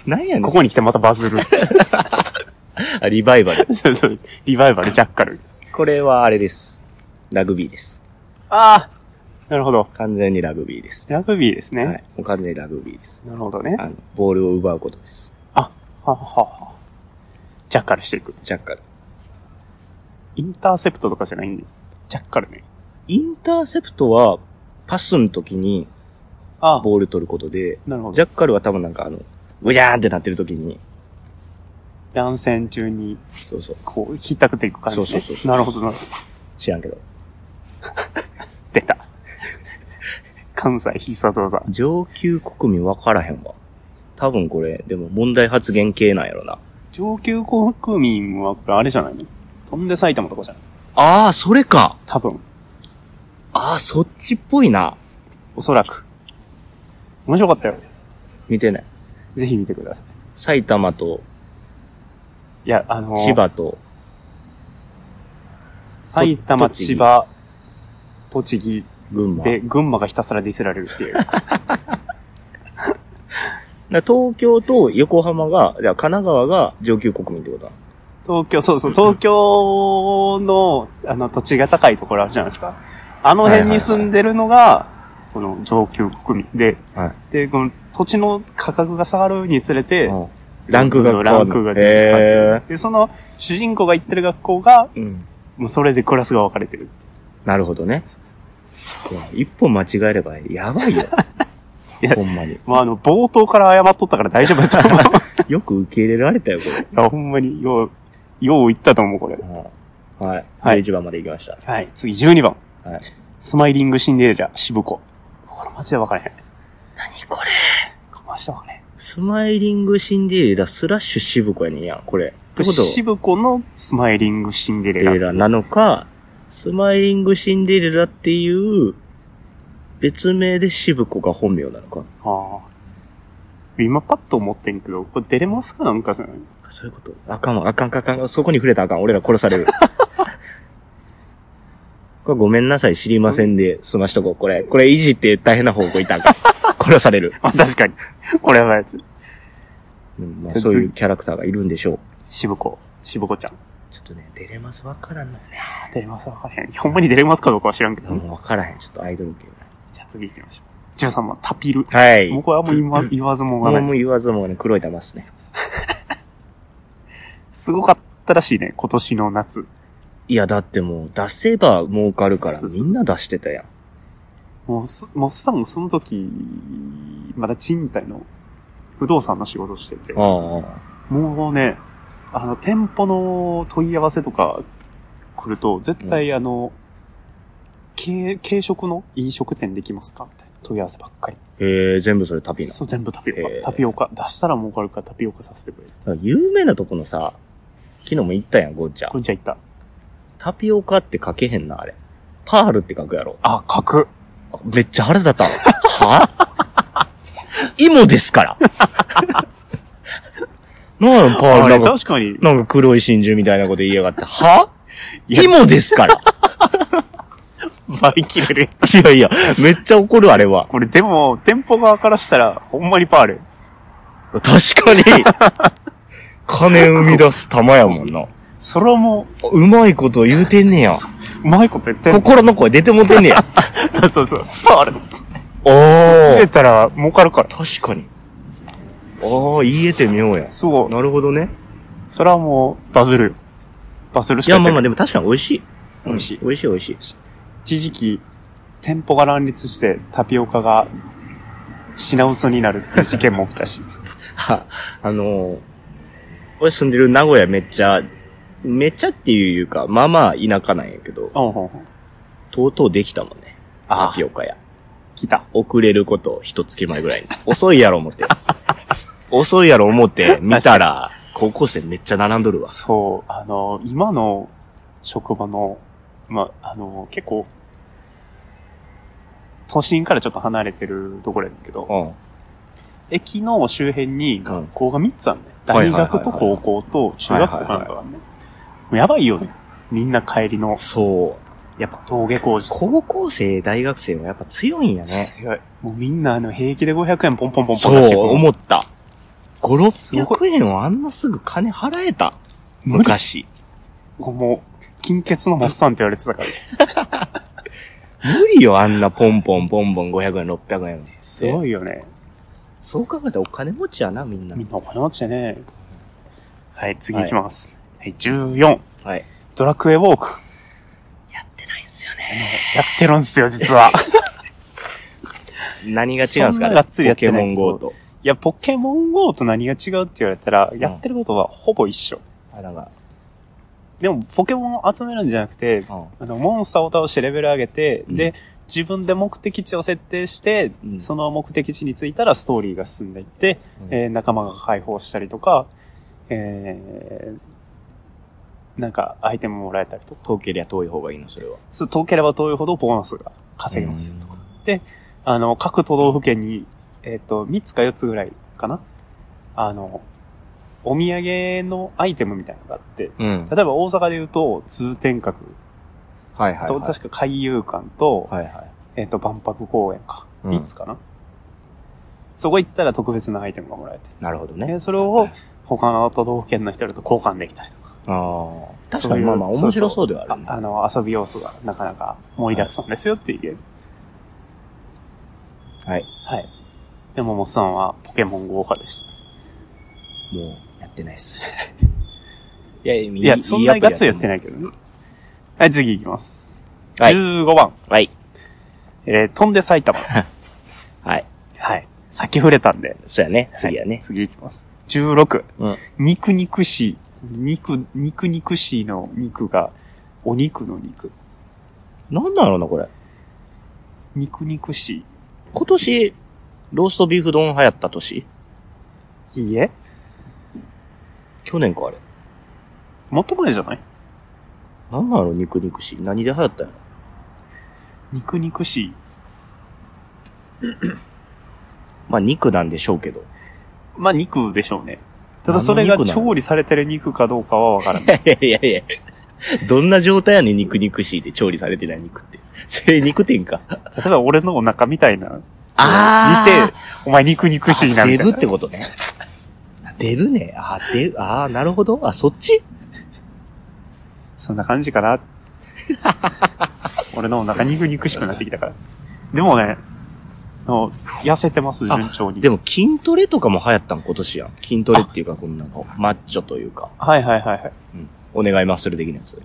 Speaker 2: 何やねん。
Speaker 1: ここに来てまたバズ (laughs) る。
Speaker 2: あリバイバル。
Speaker 1: そうそう、リバイバルジャッカル。
Speaker 2: これはあれです。ラグビーです。
Speaker 1: ああなるほど。
Speaker 2: 完全にラグビーです。
Speaker 1: ラグビーですね。
Speaker 2: はい。もう完全にラグビーです。
Speaker 1: なるほどね。
Speaker 2: あの、ボールを奪うことです。
Speaker 1: あ、ははは。ジャッカルしていく。
Speaker 2: ジャッカル。
Speaker 1: インターセプトとかじゃないんで。ジャッカルね。
Speaker 2: インターセプトは、パスの時に
Speaker 1: あ
Speaker 2: ボール取ることで、
Speaker 1: なるほ
Speaker 2: ジ
Speaker 1: ど。
Speaker 2: ャッカルは多分なんかあの、ぐじゃーんってなってる時に、
Speaker 1: 乱戦中に、
Speaker 2: そうそう、
Speaker 1: こう、ひったくっていく感じね。
Speaker 2: そうそうそうそう
Speaker 1: なるほどなるほど。
Speaker 2: 知らんけど。
Speaker 1: 出た。関西必殺技。
Speaker 2: 上級国民分からへんわ。多分これ、でも問題発言系なんやろな。
Speaker 1: 上級国民は、これあれじゃないの飛んで埼玉とかじゃない
Speaker 2: ああ、それか
Speaker 1: 多分。
Speaker 2: ああ、そっちっぽいな。
Speaker 1: おそらく。面白かったよ。
Speaker 2: 見てない。
Speaker 1: ぜひ見てください。
Speaker 2: 埼玉と
Speaker 1: いや、あのー
Speaker 2: 千葉と、
Speaker 1: 埼玉、
Speaker 2: 栃木
Speaker 1: 千葉、栃木
Speaker 2: 群馬。
Speaker 1: で、群馬がひたすらディスられるっていう。
Speaker 2: だから東京と横浜が、じゃあ神奈川が上級国民ってことだ。
Speaker 1: 東京、そうそう、東京の、あの、土地が高いところあるじゃないですか。あの辺に住んでるのが、この上級国民で、
Speaker 2: は
Speaker 1: で、この土地の価格が下がるにつれて、
Speaker 2: ランクが変わる
Speaker 1: ランクが全然変わってるで、その主人公が行ってる学校が、
Speaker 2: え。うん。
Speaker 1: もうそれでクラスが分かれてるってい
Speaker 2: なるほどね。いや一歩間違えればやばいよ
Speaker 1: (laughs) いや。
Speaker 2: ほんまに。
Speaker 1: う。まあ、あの、冒頭から謝っとったから大丈夫だと (laughs) 思う。い
Speaker 2: よく受け入れられたよ、こ
Speaker 1: や、ほんまに、よう、よう言ったと思う、これ
Speaker 2: れ。。うんはい。
Speaker 1: はい
Speaker 2: 11番まで行きました。
Speaker 1: はい、次12番。
Speaker 2: はい。
Speaker 1: スマイリングシンデレラ、渋子。これマジで分からへん。
Speaker 2: 何これ
Speaker 1: マジで分からへん。
Speaker 2: スマイリングシンデレラスラッシュ渋子やねんやん、これ。ってことは
Speaker 1: 渋子のスマイリングシンデ
Speaker 2: シ
Speaker 1: レ
Speaker 2: ン
Speaker 1: ラっ
Speaker 2: デレ
Speaker 1: て。
Speaker 2: ラなのか、スマイリングシンデレラっていう、別名で渋子が本名なのか。
Speaker 1: ああ。今パッと思ってんけど、これデレマスかなんかじゃない
Speaker 2: そういうことあかんわ、あかんかあかん。そこに触れたらあかん。俺ら殺される。 (laughs) これごめんなさい、知りませんで済ましとこう。これ、これいじって大変な方向いたらあかん。殺される。
Speaker 1: (laughs) あ、確かに。これやばいやつ。
Speaker 2: うんまあ、
Speaker 1: じゃあ
Speaker 2: そういう
Speaker 1: 次
Speaker 2: キャラクターがいるんでしょう。
Speaker 1: 渋子。渋子ちゃん。
Speaker 2: ちょっとね、デレマスわからんのよね。
Speaker 1: あデレマスわからへん。ほんまにデレマスかどうかは知らんけど。
Speaker 2: もうわからへん。ちょっとアイドル系が
Speaker 1: じゃあ次行きましょう。13番、タピル。
Speaker 2: はい。
Speaker 1: もう
Speaker 2: も
Speaker 1: これはもう言わ言わずも
Speaker 2: う
Speaker 1: がない。
Speaker 2: 言わずもがね、黒い玉っすね。
Speaker 1: すごかったらしいね、今年の夏。
Speaker 2: いや、だってもう出せば儲かるから、
Speaker 1: そうそうそ
Speaker 2: み
Speaker 1: うん
Speaker 2: な出してたやん。
Speaker 1: もうす、もっさんその時、まだ賃貸の不動産の仕事してて。
Speaker 2: ああ。
Speaker 1: もうね、あの、店舗の問い合わせとか来ると、絶対あの、軽、軽食の飲食店できますかみたいな問い合わせばっかり。
Speaker 2: ええ全部それ旅の。
Speaker 1: そう、全部タピオカ。
Speaker 2: へー
Speaker 1: タピオカ。出したら儲かるからタピオカさせてくれって。
Speaker 2: 有名なとこのさ、昨日も行ったやん、ゴーちゃん
Speaker 1: こんちゃん行った。
Speaker 2: タピオカって書けへんな、あれ。パールって書くやろ。
Speaker 1: あ、書く。
Speaker 2: めっちゃ腹立った。は芋ですから。 (laughs) なんやろ、パー
Speaker 1: あ
Speaker 2: ル。な
Speaker 1: れ、
Speaker 2: んか、
Speaker 1: 確かに。
Speaker 2: なんか黒い真珠みたいなこと言いやがって。はい
Speaker 1: や
Speaker 2: 芋です (laughs) から。
Speaker 1: バイキれる。
Speaker 2: いやいや、めっちゃ怒る、あれは。
Speaker 1: これでも、店舗側からしたら、ほんまにパール。
Speaker 2: 確かに。金生み出す玉やもんな。
Speaker 1: それはも
Speaker 2: うまいこと言うてんねや。
Speaker 1: う、うまいこと言ってんの
Speaker 2: 心の声出てもてんねや。
Speaker 1: そうそうそう。パールです。
Speaker 2: (laughs) お
Speaker 1: 入れ
Speaker 2: ー。
Speaker 1: たら、儲かるから。
Speaker 2: 確かに。ああ、言えてみようや。
Speaker 1: そう。
Speaker 2: なるほどね。
Speaker 1: それはもう、バズるよ。バズる
Speaker 2: い
Speaker 1: しか
Speaker 2: や、
Speaker 1: やっ
Speaker 2: ま
Speaker 1: て
Speaker 2: あま
Speaker 1: な
Speaker 2: あ、
Speaker 1: い。
Speaker 2: でも確かに美味しい。
Speaker 1: 美味しい
Speaker 2: 美味しい美味しい。
Speaker 1: 一時期、店舗が乱立して、タピオカが、品薄になるっていう事件も起きた
Speaker 2: (laughs)
Speaker 1: し。
Speaker 2: は、あのー俺住んでる名古屋めっちゃ、めっちゃっていうか、まあまあ田舎なんやけど、
Speaker 1: うんうんうん。
Speaker 2: とうとうできたもんね。
Speaker 1: あ
Speaker 2: タピオカや。
Speaker 1: 来た。
Speaker 2: 遅れること一月前ぐらいに。遅いやろ思って。 (laughs) 遅いやろ思って見たら、高校生めっちゃ並んどるわ。
Speaker 1: そう、あの、今の職場の、まあ、あの、結構、都心からちょっと離れてるところやねんけど、
Speaker 2: うん。
Speaker 1: 駅の周辺に学校が3つあるね。
Speaker 2: はい
Speaker 1: 大
Speaker 2: はいはいはい
Speaker 1: 学と高校と中学校かなんかがあるね。もうやばいよね。みんな帰りの
Speaker 2: そう。やっぱ、
Speaker 1: 登下校時。
Speaker 2: 高校生、大学生はやっぱ強いんやね。
Speaker 1: 強い。もうみんなあの平気で500円ポンポンポンポン出して
Speaker 2: そう、思った。5、
Speaker 1: すごい
Speaker 2: 600円をあんなすぐ金払えた。
Speaker 1: 無理。
Speaker 2: 昔。
Speaker 1: もう、金欠のマッサンって言われてたから。
Speaker 2: 無理よ、あんなポンポンポンポン500円、600円。
Speaker 1: すごいよね。
Speaker 2: そう考えたらお金持ちやな、みんな
Speaker 1: みんなお金持ちやね。はい、次行きます。はい、14。
Speaker 2: はい。
Speaker 1: ドラクエウォーク。
Speaker 2: やってないんすよね。
Speaker 1: やってるんすよ、実は。 (laughs)
Speaker 2: 何が違うんす
Speaker 1: そん
Speaker 2: か
Speaker 1: ながっつりや
Speaker 2: ポ
Speaker 1: っ
Speaker 2: ケ
Speaker 1: てな
Speaker 2: モ
Speaker 1: い
Speaker 2: ン GO と。
Speaker 1: いや、ポケモン GO と何が違うって言われたら、やってることはほぼ一緒。
Speaker 2: あ、なんか、
Speaker 1: でも、ポケモンを集めるんじゃなくて、あの、モンスターを倒してレベル上げて、
Speaker 2: うん
Speaker 1: で、自分で目的地を設定して、
Speaker 2: うん
Speaker 1: その目的地に着いたらストーリーが進んでいって、
Speaker 2: うん
Speaker 1: えー仲間が解放したりとか、えー、なんか、アイテムもらえたりとか、
Speaker 2: 遠ければ遠い方がいいの、それは。
Speaker 1: そう遠ければ遠いほどボーナスが稼げますよとか
Speaker 2: とか。
Speaker 1: あの、各都道府県に、えっ、と、3つか4つぐらいかなあの、お土産のアイテムみたいなのがあって、
Speaker 2: うん。
Speaker 1: 例えば大阪で言うと、通天閣
Speaker 2: はいはい。
Speaker 1: と、
Speaker 2: はい
Speaker 1: 確か海遊館と、
Speaker 2: はいはい。
Speaker 1: えっ、と、万博公園か。
Speaker 2: うん
Speaker 1: 3つかな、そこ行ったら特別なアイテムがもらえて。
Speaker 2: なるほど
Speaker 1: で
Speaker 2: ね。
Speaker 1: それを他の都道府県の人らと交換できたりとか。
Speaker 2: ああ。確
Speaker 1: そ
Speaker 2: か
Speaker 1: うい
Speaker 2: に
Speaker 1: う
Speaker 2: まあまあ面白そうではあ
Speaker 1: あ
Speaker 2: るね。
Speaker 1: あの、遊び要素がなかなか盛りだくさんですよっていうゲーム。
Speaker 2: はい。
Speaker 1: はい。でも、もっさんはポケモン GO 派でした。
Speaker 2: もう、やってないっす。 (laughs) いや、い
Speaker 1: いや、そんなにガッツリやって
Speaker 2: ない。
Speaker 1: ないけどね。はい、次行きます。
Speaker 2: はい
Speaker 1: 15番。
Speaker 2: はい。
Speaker 1: えー、飛んで埼玉。
Speaker 2: はい。
Speaker 1: はい。先触れたんで。
Speaker 2: そうやね。次や
Speaker 1: は
Speaker 2: ね
Speaker 1: い。次行きます。16。
Speaker 2: うん。
Speaker 1: 肉肉しい。肉、肉肉しいの肉が、お肉の肉。
Speaker 2: なんだろうな、これ。
Speaker 1: 肉肉し
Speaker 2: 今年、ローストビーフ丼流行った年
Speaker 1: い。いいえ
Speaker 2: 去年か、あれ。
Speaker 1: もっと前じゃない
Speaker 2: なんなの肉肉しい。何で流行ったの
Speaker 1: 肉肉しい。
Speaker 2: まあ、肉なんでしょうけど。
Speaker 1: まあ、肉でしょうね。ただそれが
Speaker 2: 何の肉なの
Speaker 1: 調理されてる肉かどうかはわからない。
Speaker 2: (laughs) いやいやいやどんな状態やねん、肉肉しいで調理されてない肉って。それ肉店か。
Speaker 1: 例えば俺のお腹みたいな。見
Speaker 2: ー
Speaker 1: て、お前肉肉しい
Speaker 2: (laughs)
Speaker 1: な
Speaker 2: あ
Speaker 1: み
Speaker 2: デ
Speaker 1: たい
Speaker 2: ブ
Speaker 1: な
Speaker 2: っ。てことね。デブね。あ、デブ、あーなるほど。あ、そっち
Speaker 1: そんな感じか
Speaker 2: (laughs)
Speaker 1: な。俺のお腹肉肉しくなってきたから。でもね、あの痩せてます、
Speaker 2: あ
Speaker 1: 順調に。
Speaker 2: でも筋トレとかも流行ったん今年やん。筋トレっていうか、こんなの、マッチョというか、
Speaker 1: はいはいはいはい。
Speaker 2: うん。お願いマッスル的なやつ。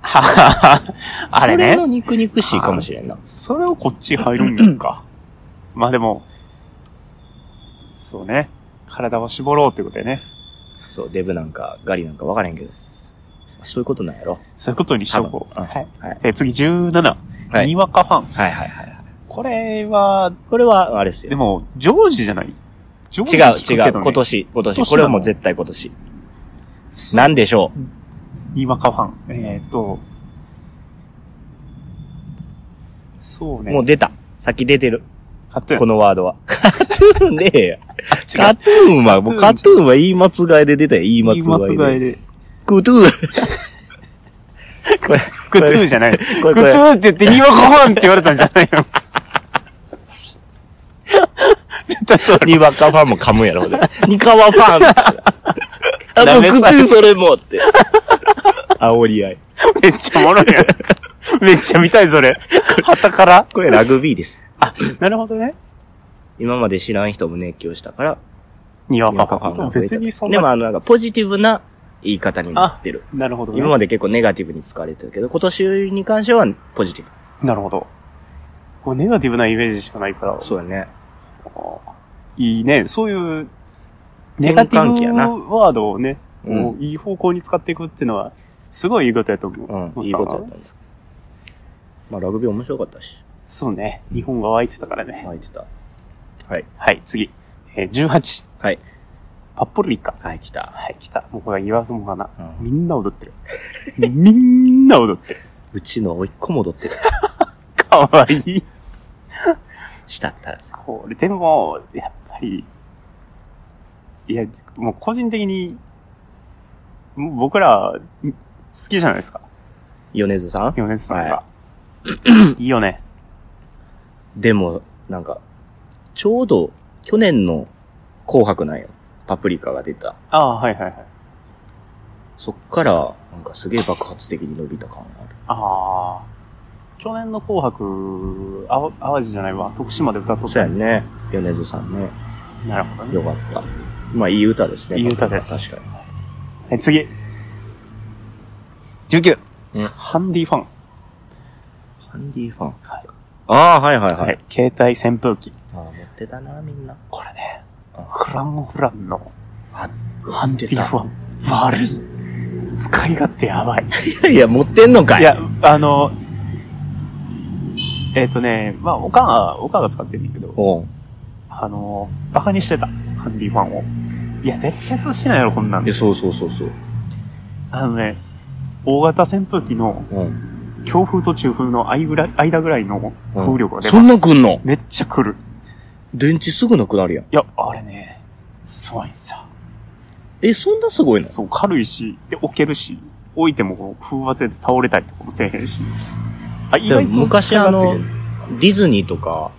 Speaker 1: ははは (laughs) あれ
Speaker 2: それ
Speaker 1: ね
Speaker 2: の。肉肉しいかもしれんな。
Speaker 1: それをこっち入るんやんか。まあでも、そうね。体を絞ろうってことでね。
Speaker 2: そう、デブなんか、ガリなんか分からへんけど。そういうことなんやろ。
Speaker 1: そういうことにしとこう。
Speaker 2: 多分うん
Speaker 1: はい。
Speaker 2: はい。
Speaker 1: で、次17。
Speaker 2: はい
Speaker 1: にわかファン。
Speaker 2: はいはいはい。
Speaker 1: これは、
Speaker 2: これは、あれです
Speaker 1: で
Speaker 2: よ。
Speaker 1: も、ジョージじゃないジョー
Speaker 2: 違
Speaker 1: ジ
Speaker 2: う
Speaker 1: 聞く
Speaker 2: 違
Speaker 1: け
Speaker 2: う。
Speaker 1: どね
Speaker 2: 今年、今
Speaker 1: 今年な
Speaker 2: 年。
Speaker 1: の
Speaker 2: これはもう絶対今年。なんでしょ
Speaker 1: にわかファン。えっ、と、そうね。
Speaker 2: もう出た。先出てる。
Speaker 1: カットゥー
Speaker 2: こ
Speaker 1: ン。
Speaker 2: のワー (laughs) ドは。カトゥーンねえよ。カトゥーンは、もうカトゥーンは言い間違いで出たよ。言い間違い
Speaker 1: 言い間違い
Speaker 2: で。
Speaker 1: で。
Speaker 2: クトゥ (laughs) ーン。これ、
Speaker 1: クトゥーンじゃない。ク
Speaker 2: こ
Speaker 1: ト
Speaker 2: れこ
Speaker 1: ゥ
Speaker 2: れ
Speaker 1: ーンって言って、ニワコホンって言われたんじゃないの絶対そう。
Speaker 2: にわかファンも噛むやろ、ほん (laughs) でにかわファン。 (laughs) あ、もうクトゥーンそれもって。 (laughs) 煽り合い。
Speaker 1: (laughs) めっちゃおもろいやん。めっちゃ見たい、それ。旗から
Speaker 2: これラグビーです。
Speaker 1: なるほどね。
Speaker 2: 今まで知らん人も熱狂したから、
Speaker 1: にわ
Speaker 2: にわ
Speaker 1: か
Speaker 2: か
Speaker 1: フ
Speaker 2: ファ
Speaker 1: ァン。
Speaker 2: ンが増えた
Speaker 1: 別にそん
Speaker 2: でも
Speaker 1: な。
Speaker 2: あの、なんかポジティブな言い方になってる。
Speaker 1: なるほどね。
Speaker 2: 今まで結構ネガティブに使われてるけど、今年に関してはポジティブ。
Speaker 1: なるほど。もうネガティブなイメージしかないから。
Speaker 2: そうだね。
Speaker 1: いいね。そういう、ネ
Speaker 2: 転
Speaker 1: ガテ
Speaker 2: 換期や
Speaker 1: ィ
Speaker 2: な
Speaker 1: ブワードをね、
Speaker 2: うん
Speaker 1: もういい方向に使っていくっていうのは、すごいいいことやと思う。
Speaker 2: う
Speaker 1: まあ
Speaker 2: ん、いいことだったんです。まあ、ラグビー面白かったし、
Speaker 1: そうね。日本が湧いてたからね。
Speaker 2: 泣いてた。はい。
Speaker 1: はい、次。えー、18。
Speaker 2: はい。
Speaker 1: パップルリカ。
Speaker 2: はい、来た。
Speaker 1: はい、来た。もうこれ言わずもがな。
Speaker 2: うん
Speaker 1: みんな踊ってる。みんな踊ってる。
Speaker 2: うちの甥っ子戻ってる。
Speaker 1: かわいい。
Speaker 2: したったらさ。
Speaker 1: これ、でも、やっぱり、いや、もう個人的に、もう僕ら、ん好きじゃないですか。
Speaker 2: 米津さん
Speaker 1: 米津さんが。いいよね。
Speaker 2: でも、なんか、ちょうど、去年の紅白なんよ。パプリカが出た。
Speaker 1: ああ、はいはいはい。
Speaker 2: そっから、なんかすげえ爆発的に伸びた感がある。
Speaker 1: ああ。去年の紅白、あわ淡路じゃないわ、徳島で歌っとった
Speaker 2: そうやね。米津さんね。
Speaker 1: なるほどね。
Speaker 2: よかった。まあ、いい歌ですね。
Speaker 1: いい歌です
Speaker 2: 確か
Speaker 1: はい、次。19。
Speaker 2: うん
Speaker 1: ハンディファン。
Speaker 2: に。ハンディファン。
Speaker 1: はい。
Speaker 2: ああ、はいはいはい。
Speaker 1: はい。携帯扇風機。
Speaker 2: ああ、持ってたな、みんな。
Speaker 1: これね
Speaker 2: あ、
Speaker 1: フランフランの
Speaker 2: あ、
Speaker 1: ハンディファン。悪い。使い勝手やばい。
Speaker 2: いやいや、持ってんのかい。
Speaker 1: いや、あの、えっ、とね、まあ、おかんは、おかんが使ってるんだけど、
Speaker 2: おう
Speaker 1: あの、バカにしてた、ハンディファンを。いや、絶対そうしないやろ、こんなん
Speaker 2: え、。そうそうそうそう。
Speaker 1: あのね、大型扇風機の
Speaker 2: うん。
Speaker 1: 強風と中風の間ぐらい間ぐらいの風力が出ます。
Speaker 2: そんなくんの
Speaker 1: めっちゃ来る。
Speaker 2: 電池すぐなくなるやん。
Speaker 1: いや、あれね、すごいんすよ。
Speaker 2: え、そんなすごいの
Speaker 1: そう、軽いし、で、置けるし、置いてもこう風圧で倒れたりとかもせえへんし。あ、意
Speaker 2: でも
Speaker 1: 外と
Speaker 2: 昔
Speaker 1: 使い
Speaker 2: あ
Speaker 1: 勝手
Speaker 2: の、ディズニーとか、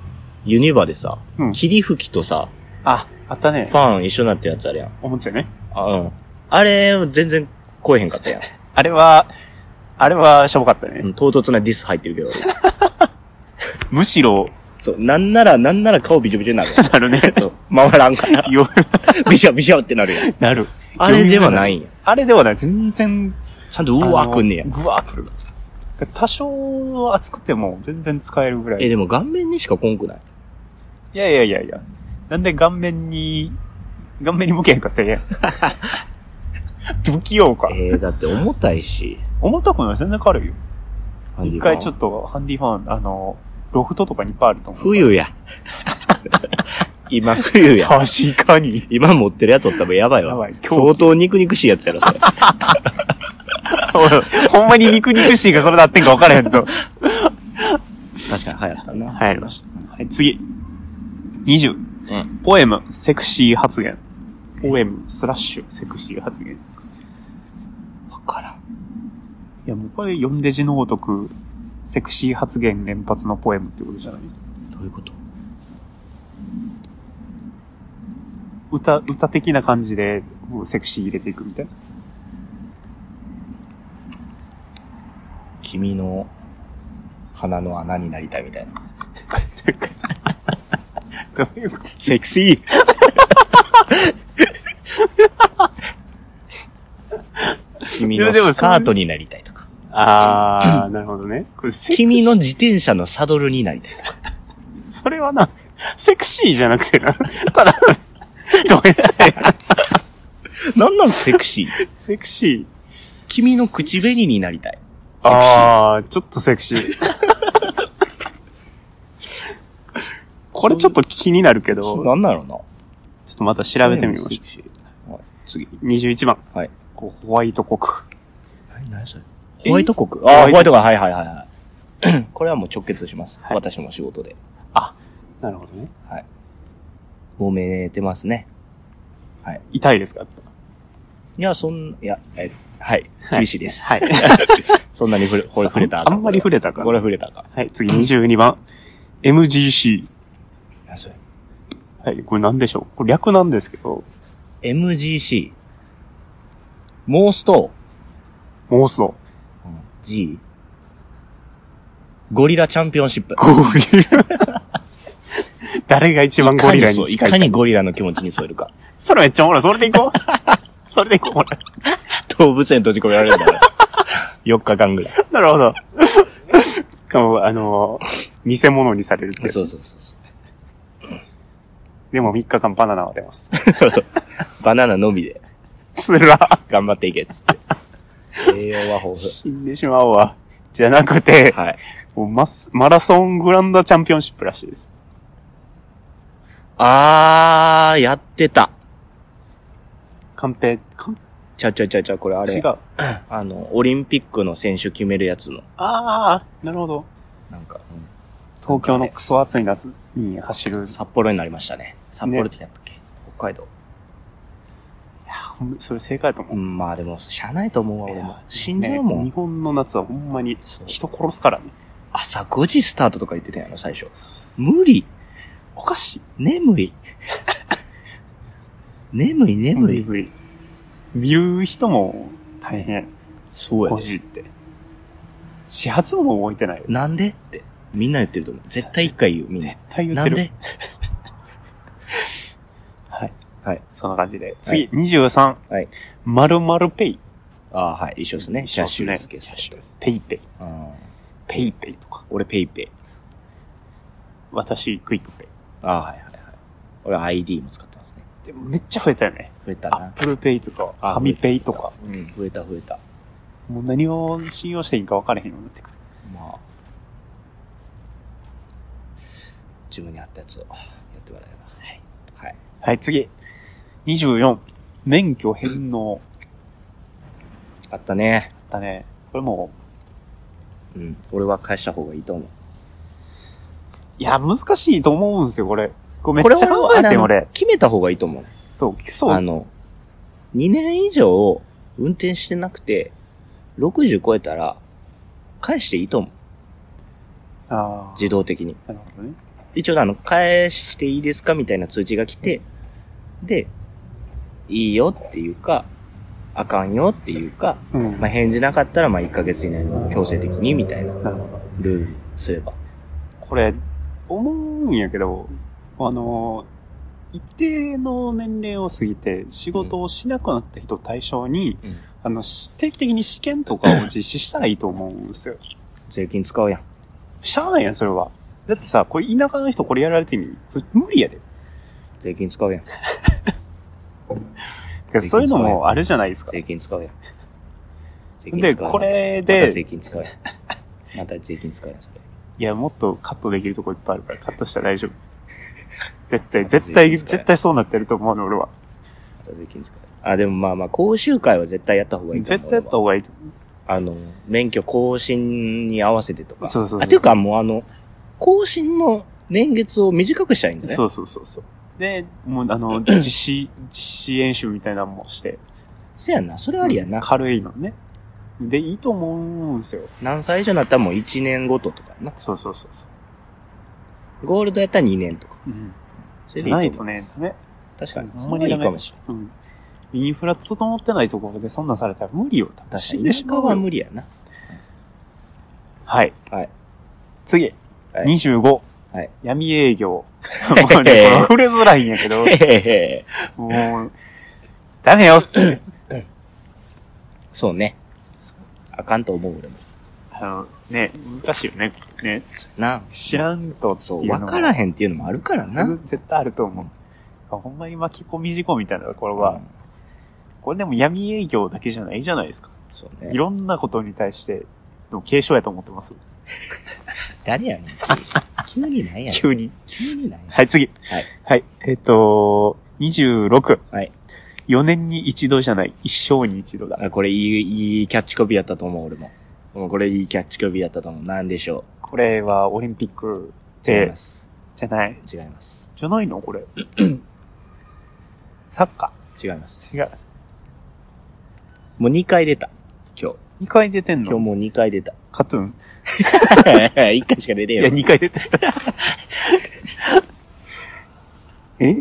Speaker 2: ユニバでさ、
Speaker 1: うん
Speaker 2: 霧吹きとさ、
Speaker 1: あ、あったね
Speaker 2: フ。ァン一緒になったやつあるやん。
Speaker 1: おもちゃね。
Speaker 2: あ、うん。あれ、全然来えへんか (laughs) ったやん。
Speaker 1: あれは、あれはしょぼかったね。
Speaker 2: うん唐突なディス入ってるけど。
Speaker 1: むしろ、
Speaker 2: そう、なんなら、なんなら顔びちょびちょになるやん。
Speaker 1: なるね。 (laughs)
Speaker 2: そう、回らんから。
Speaker 1: よ、
Speaker 2: (laughs) びしょびしょってなるやん。
Speaker 1: なる。
Speaker 2: あれではないんや。
Speaker 1: あれではない。全然、
Speaker 2: ちゃんとうわ
Speaker 1: あの
Speaker 2: ーくんねや。
Speaker 1: うわーくる。多少熱くても全然使えるぐらい。
Speaker 2: え、
Speaker 1: い
Speaker 2: でも顔面にしか来んくない
Speaker 1: やいやいやいや。なんで顔面に、顔面に向けへんかった (laughs)
Speaker 2: (laughs)
Speaker 1: らええやん。不器用か。
Speaker 2: えー、だって重たいし。
Speaker 1: 重たくない全然軽いよ。
Speaker 2: ハンデ
Speaker 1: 一
Speaker 2: ィファン
Speaker 1: 回ちょっと、ハンディファン、あの、ロフトとかにいっぱいあると思う。
Speaker 2: 冬 (laughs) や。今冬や。
Speaker 1: 確かに。
Speaker 2: 今持ってるやつおったらやばい
Speaker 1: やば
Speaker 2: わ
Speaker 1: い。狂
Speaker 2: 相当肉肉しいやつやろ、それ。
Speaker 1: ほんまに肉肉しいがそれなってんか分からへんと。
Speaker 2: 確かに流行ったな。
Speaker 1: 流行りました。はい、次。20。
Speaker 2: うん。
Speaker 1: ポエム、セクシー発言。ポエム、スラッシュ、セクシー発言。い
Speaker 2: わからん。
Speaker 1: や、もうこれ読んで字のごとく、セクシー発言連発のポエムってことじゃない
Speaker 2: どういうこと
Speaker 1: 歌、歌的な感じで、もうセクシー入れていくみた (laughs) いな。
Speaker 2: 君の鼻の穴になりたいみたいな。
Speaker 1: どういうこと
Speaker 2: セ
Speaker 1: (laughs)
Speaker 2: クシー君
Speaker 1: いや
Speaker 2: の
Speaker 1: でもそういう
Speaker 2: スカートになりたいとか。
Speaker 1: あー、なるほどね。これセクシー
Speaker 2: 君の自転車のサドルになりたいとか。
Speaker 1: それはな、セクシーじゃなくてな、 (laughs) ただ、どうやって、
Speaker 2: なんなんセクシ
Speaker 1: (laughs)
Speaker 2: ー
Speaker 1: セクシー。
Speaker 2: 君の口紅になりたい。セクシー
Speaker 1: ああ、ちょっとセクシー。これちょっと気になるけど、
Speaker 2: なんなんやろな。
Speaker 1: ちょっとまた調べてみましょ
Speaker 2: う。はい、次。
Speaker 1: う。21番。
Speaker 2: はい。
Speaker 1: こうホワイト国。
Speaker 2: 何、何それホワイト国ああ、
Speaker 1: ホ
Speaker 2: ホ
Speaker 1: ワ
Speaker 2: ワ
Speaker 1: イ
Speaker 2: イ
Speaker 1: ト
Speaker 2: ト国。はいはいはいはい。 (clears throat) これはもう直結します。
Speaker 1: はい
Speaker 2: 私も仕事で。
Speaker 1: なるほどね。
Speaker 2: 揉めてますね。
Speaker 1: 痛いですか
Speaker 2: いや、そん、いや、え、はい。厳しいです。
Speaker 1: はい。
Speaker 2: (laughs) そんなに触れ、これ触れた
Speaker 1: あんあんまり触れたか
Speaker 2: これ触れたか。
Speaker 1: はい、次22番。MGC。
Speaker 2: 何それ
Speaker 1: はい、これ何でしょうこれ略なんですけど、
Speaker 2: MGC。モースト、
Speaker 1: モースの
Speaker 2: G。ゴリラチャンピオンシップ。
Speaker 1: ゴリラ。 (laughs) 誰が一番ゴリラに
Speaker 2: い
Speaker 1: 近い
Speaker 2: か
Speaker 1: か。
Speaker 2: にゴリラの気持ちに添えるか。
Speaker 1: それめっちゃおもろい。それでいこう。
Speaker 2: (laughs)
Speaker 1: それでいこう。ほら
Speaker 2: 動物園閉じ込められるん (laughs) だから。4日間ぐらい。
Speaker 1: なるほど。こうあのー、偽物にされるってやつ
Speaker 2: そうそうそうそ
Speaker 1: でも3日間バナナは出ます。
Speaker 2: う。バナナのみで
Speaker 1: つら。
Speaker 2: 頑張っていけっつって。栄養は豊
Speaker 1: 死んでしまうわ。じゃなくて、
Speaker 2: 富。はい。
Speaker 1: もうマスマラソングランドチャンピオンシップらしいです。
Speaker 2: あー、やってた。
Speaker 1: カンペ、カン
Speaker 2: ちゃちゃちゃちゃ、これあ
Speaker 1: 違
Speaker 2: れ
Speaker 1: う。。あ
Speaker 2: あの、オリンピックの選手決めるやつの。
Speaker 1: あー、なるほど。
Speaker 2: なんか、うん
Speaker 1: 東京のクソ暑い夏に走る。
Speaker 2: 札幌になりましたね。札幌ってやったっけ、北海道。
Speaker 1: ほんまそれ正解だと思
Speaker 2: う
Speaker 1: う。
Speaker 2: ん、まあでも、しゃあないと思うわ、俺
Speaker 1: い
Speaker 2: も
Speaker 1: や。
Speaker 2: 死んじゃうも
Speaker 1: ね
Speaker 2: ん。
Speaker 1: 日本の夏はほんまに
Speaker 2: そう
Speaker 1: 人殺すからね。
Speaker 2: 朝5時スタートとか言ってたやろ、最初。
Speaker 1: そうそう
Speaker 2: 無理
Speaker 1: おかしい。
Speaker 2: 眠い (laughs) 眠い眠い、
Speaker 1: 無理。見る人も大変。
Speaker 2: そうや
Speaker 1: 5
Speaker 2: で
Speaker 1: 時って。始発も動いてないよ。
Speaker 2: なんでって。みんな言ってると思う。絶対一回言う、みんな
Speaker 1: 絶。対言っ
Speaker 2: な
Speaker 1: て
Speaker 2: ん
Speaker 1: る。
Speaker 2: で
Speaker 1: はい。
Speaker 2: はい。
Speaker 1: そんな感じで。次、23。
Speaker 2: はい。
Speaker 1: まるまるペイ。
Speaker 2: ああ、はい。一緒ですね。シャッシュレスケさんと
Speaker 1: です。ペイペイ。
Speaker 2: あー
Speaker 1: ペイペイとか。
Speaker 2: 俺ペイペイ。
Speaker 1: 私、クイックペイ。
Speaker 2: ああ、はいはいはい。俺 ID も使ってますね。
Speaker 1: でもめっちゃ増えたよね。
Speaker 2: 増えた
Speaker 1: ア
Speaker 2: な
Speaker 1: ッ。プルペイとか、
Speaker 2: あ
Speaker 1: ファミペイとか。
Speaker 2: うん。増えた増えた。
Speaker 1: もう何を信用していいか分からへんようになってくる。
Speaker 2: まあ。自分に合ったやつをやってもらえば。はい。はい。
Speaker 1: はい、次。24。免許返納。
Speaker 2: あったね。
Speaker 1: だね。これも
Speaker 2: うん。俺は返した方がいいと思う。
Speaker 1: う、いや、難しいと思うんですよ、これ。これめ
Speaker 2: これ
Speaker 1: っちゃ考えてん、
Speaker 2: はあ
Speaker 1: 俺
Speaker 2: の。決めた方がいいと思う。
Speaker 1: そう、そ
Speaker 2: あ
Speaker 1: う。
Speaker 2: の、2年以上運転してなくて、60超えたら、返していいと思う。
Speaker 1: あ
Speaker 2: 自動的に。
Speaker 1: あ。なるほどね。
Speaker 2: 一応、あの、返していいですかみたいな通知が来て、で、いいよっていうか、あかんよっていうか、
Speaker 1: うん。
Speaker 2: まあ、返事なかったら、まあ、1ヶ月以内の強制的にみたいな
Speaker 1: なるほど。
Speaker 2: ルールにすれば。
Speaker 1: これ、思うんやけど、あの、一定の年齢を過ぎて仕事をしなくなった人を対象に、
Speaker 2: うん
Speaker 1: あの、し定期的に試験とかを実施したらいいと思うんですよ。
Speaker 2: 税金使うやん。
Speaker 1: しゃあないやん、それは。だってさ、これ田舎の人これやられてみ、これ無理やで。
Speaker 2: 税金使うやん。
Speaker 1: だからそういうの
Speaker 2: そうや
Speaker 1: もあれじゃないですか。
Speaker 2: 税金使うやん。税金使うや
Speaker 1: で、
Speaker 2: ん
Speaker 1: これ
Speaker 2: また
Speaker 1: で、
Speaker 2: 税金使うやん。 (laughs) また税金使うやん、それ。
Speaker 1: いや、もっとカットできるとこいっぱいあるから、カットしたら大丈夫。絶対、絶対、絶対そうなってると思うの、俺は。
Speaker 2: また税金使うやん。あ、でもまあまあ、講習会は絶対やった方がいいと
Speaker 1: 絶
Speaker 2: 思う
Speaker 1: 対やった方がいいと
Speaker 2: あの、免許更新に合わせてとか。
Speaker 1: そうそうそう
Speaker 2: あ、ていうかもうあの、更新の年月を短くしたいんだね。。
Speaker 1: そううそうそうそう。で、もうあ
Speaker 2: (laughs)
Speaker 1: の、実施、実施演習みたいなのもして。
Speaker 2: せやんな。それありやな。
Speaker 1: 軽いのね。で、いいと思うんですよ。
Speaker 2: 何歳以上になったらもう1年ごととかやな。
Speaker 1: そうそうそうそう。
Speaker 2: ゴールドやったら2年とか。
Speaker 1: うん。
Speaker 2: それ
Speaker 1: じ
Speaker 2: で
Speaker 1: ゃない
Speaker 2: と
Speaker 1: と
Speaker 2: 思う
Speaker 1: ね、ダメ。
Speaker 2: 確かに。
Speaker 1: ほ
Speaker 2: そ
Speaker 1: んま
Speaker 2: ん
Speaker 1: に
Speaker 2: いい
Speaker 1: ダメ
Speaker 2: かもしれない。
Speaker 1: うん。インフラ整ってないところでそんなんされたら無理よ。多分
Speaker 2: 確か
Speaker 1: 死ん
Speaker 2: に。
Speaker 1: でし
Speaker 2: 田舎
Speaker 1: まう
Speaker 2: は
Speaker 1: よ。
Speaker 2: 無理や
Speaker 1: (laughs)
Speaker 2: な。
Speaker 1: はい。
Speaker 2: はい。
Speaker 1: 次。
Speaker 2: はい
Speaker 1: 25。
Speaker 2: はい
Speaker 1: 闇営
Speaker 2: (laughs)
Speaker 1: 業。もうね、これ触れづらいんやけど
Speaker 2: へ、へへ。
Speaker 1: もう、ダメよって。
Speaker 2: そうね。あかんと思う俺も。
Speaker 1: あの、ね、難しいよね。ね、
Speaker 2: な。
Speaker 1: 知らんとってい
Speaker 2: そうう、
Speaker 1: のも
Speaker 2: わからへんっていうのもあるからな。
Speaker 1: うん絶対あると思う。ほんまに巻き込み事故みたいなところは、
Speaker 2: うん
Speaker 1: これでも闇営業だけじゃないじゃないですか。
Speaker 2: そうね
Speaker 1: い。ろんなことに対しての警鐘やと思ってます。
Speaker 2: 誰 (laughs) やねん。急に急になんやねん。
Speaker 1: 急に。
Speaker 2: 急になんやねん。
Speaker 1: はい、次。
Speaker 2: はい。
Speaker 1: はい。えっ、と、26。
Speaker 2: はい。
Speaker 1: 4年に一度じゃない、一生に一度だ。
Speaker 2: あこれいい、いいキャッチコピーやったと思う、俺も。もうこれいいキャッチコピーだったと思う。なんでしょ
Speaker 1: これはオリンピック
Speaker 2: う違い
Speaker 1: で
Speaker 2: ま、す。
Speaker 1: じゃない。
Speaker 2: 違います。
Speaker 1: じゃないのこ (clears throat) れ。サッカ
Speaker 2: 違います。
Speaker 1: ー。違う。
Speaker 2: もう2回出た。今日。
Speaker 1: 2回出てん
Speaker 2: 今日
Speaker 1: の
Speaker 2: もう2回
Speaker 1: (laughs)
Speaker 2: 出た。
Speaker 1: カトゥーン
Speaker 2: 1回しか出て
Speaker 1: い
Speaker 2: よ
Speaker 1: や、。2回出 (laughs) てる。え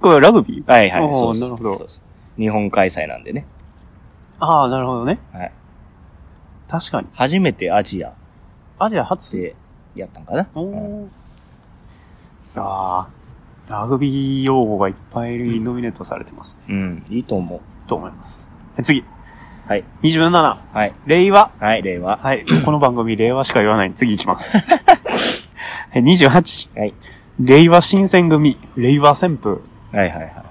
Speaker 1: これはラグビー
Speaker 2: はいはい。
Speaker 1: おー
Speaker 2: そうっす
Speaker 1: なるほど。
Speaker 2: そうっす日本開催なんでね。
Speaker 1: ああ、なるほどね。
Speaker 2: はい。
Speaker 1: 確かに。
Speaker 2: 初めてアジア
Speaker 1: アジア初。
Speaker 2: でやったんかな。
Speaker 1: お
Speaker 2: うん
Speaker 1: お。ああ、ラグビー用語がいっぱいノミネートされてますね。
Speaker 2: うん。いいと思う。
Speaker 1: と思います。え次。
Speaker 2: はい。
Speaker 1: 27、
Speaker 2: はい。
Speaker 1: 令和。
Speaker 2: はい、令和。 (clears throat)
Speaker 1: はい。この番組、令和しか言わない。次行き
Speaker 2: (laughs)
Speaker 1: ます。え28。
Speaker 2: はい。
Speaker 1: 令和新選組、令和旋風。
Speaker 2: はいはいはいは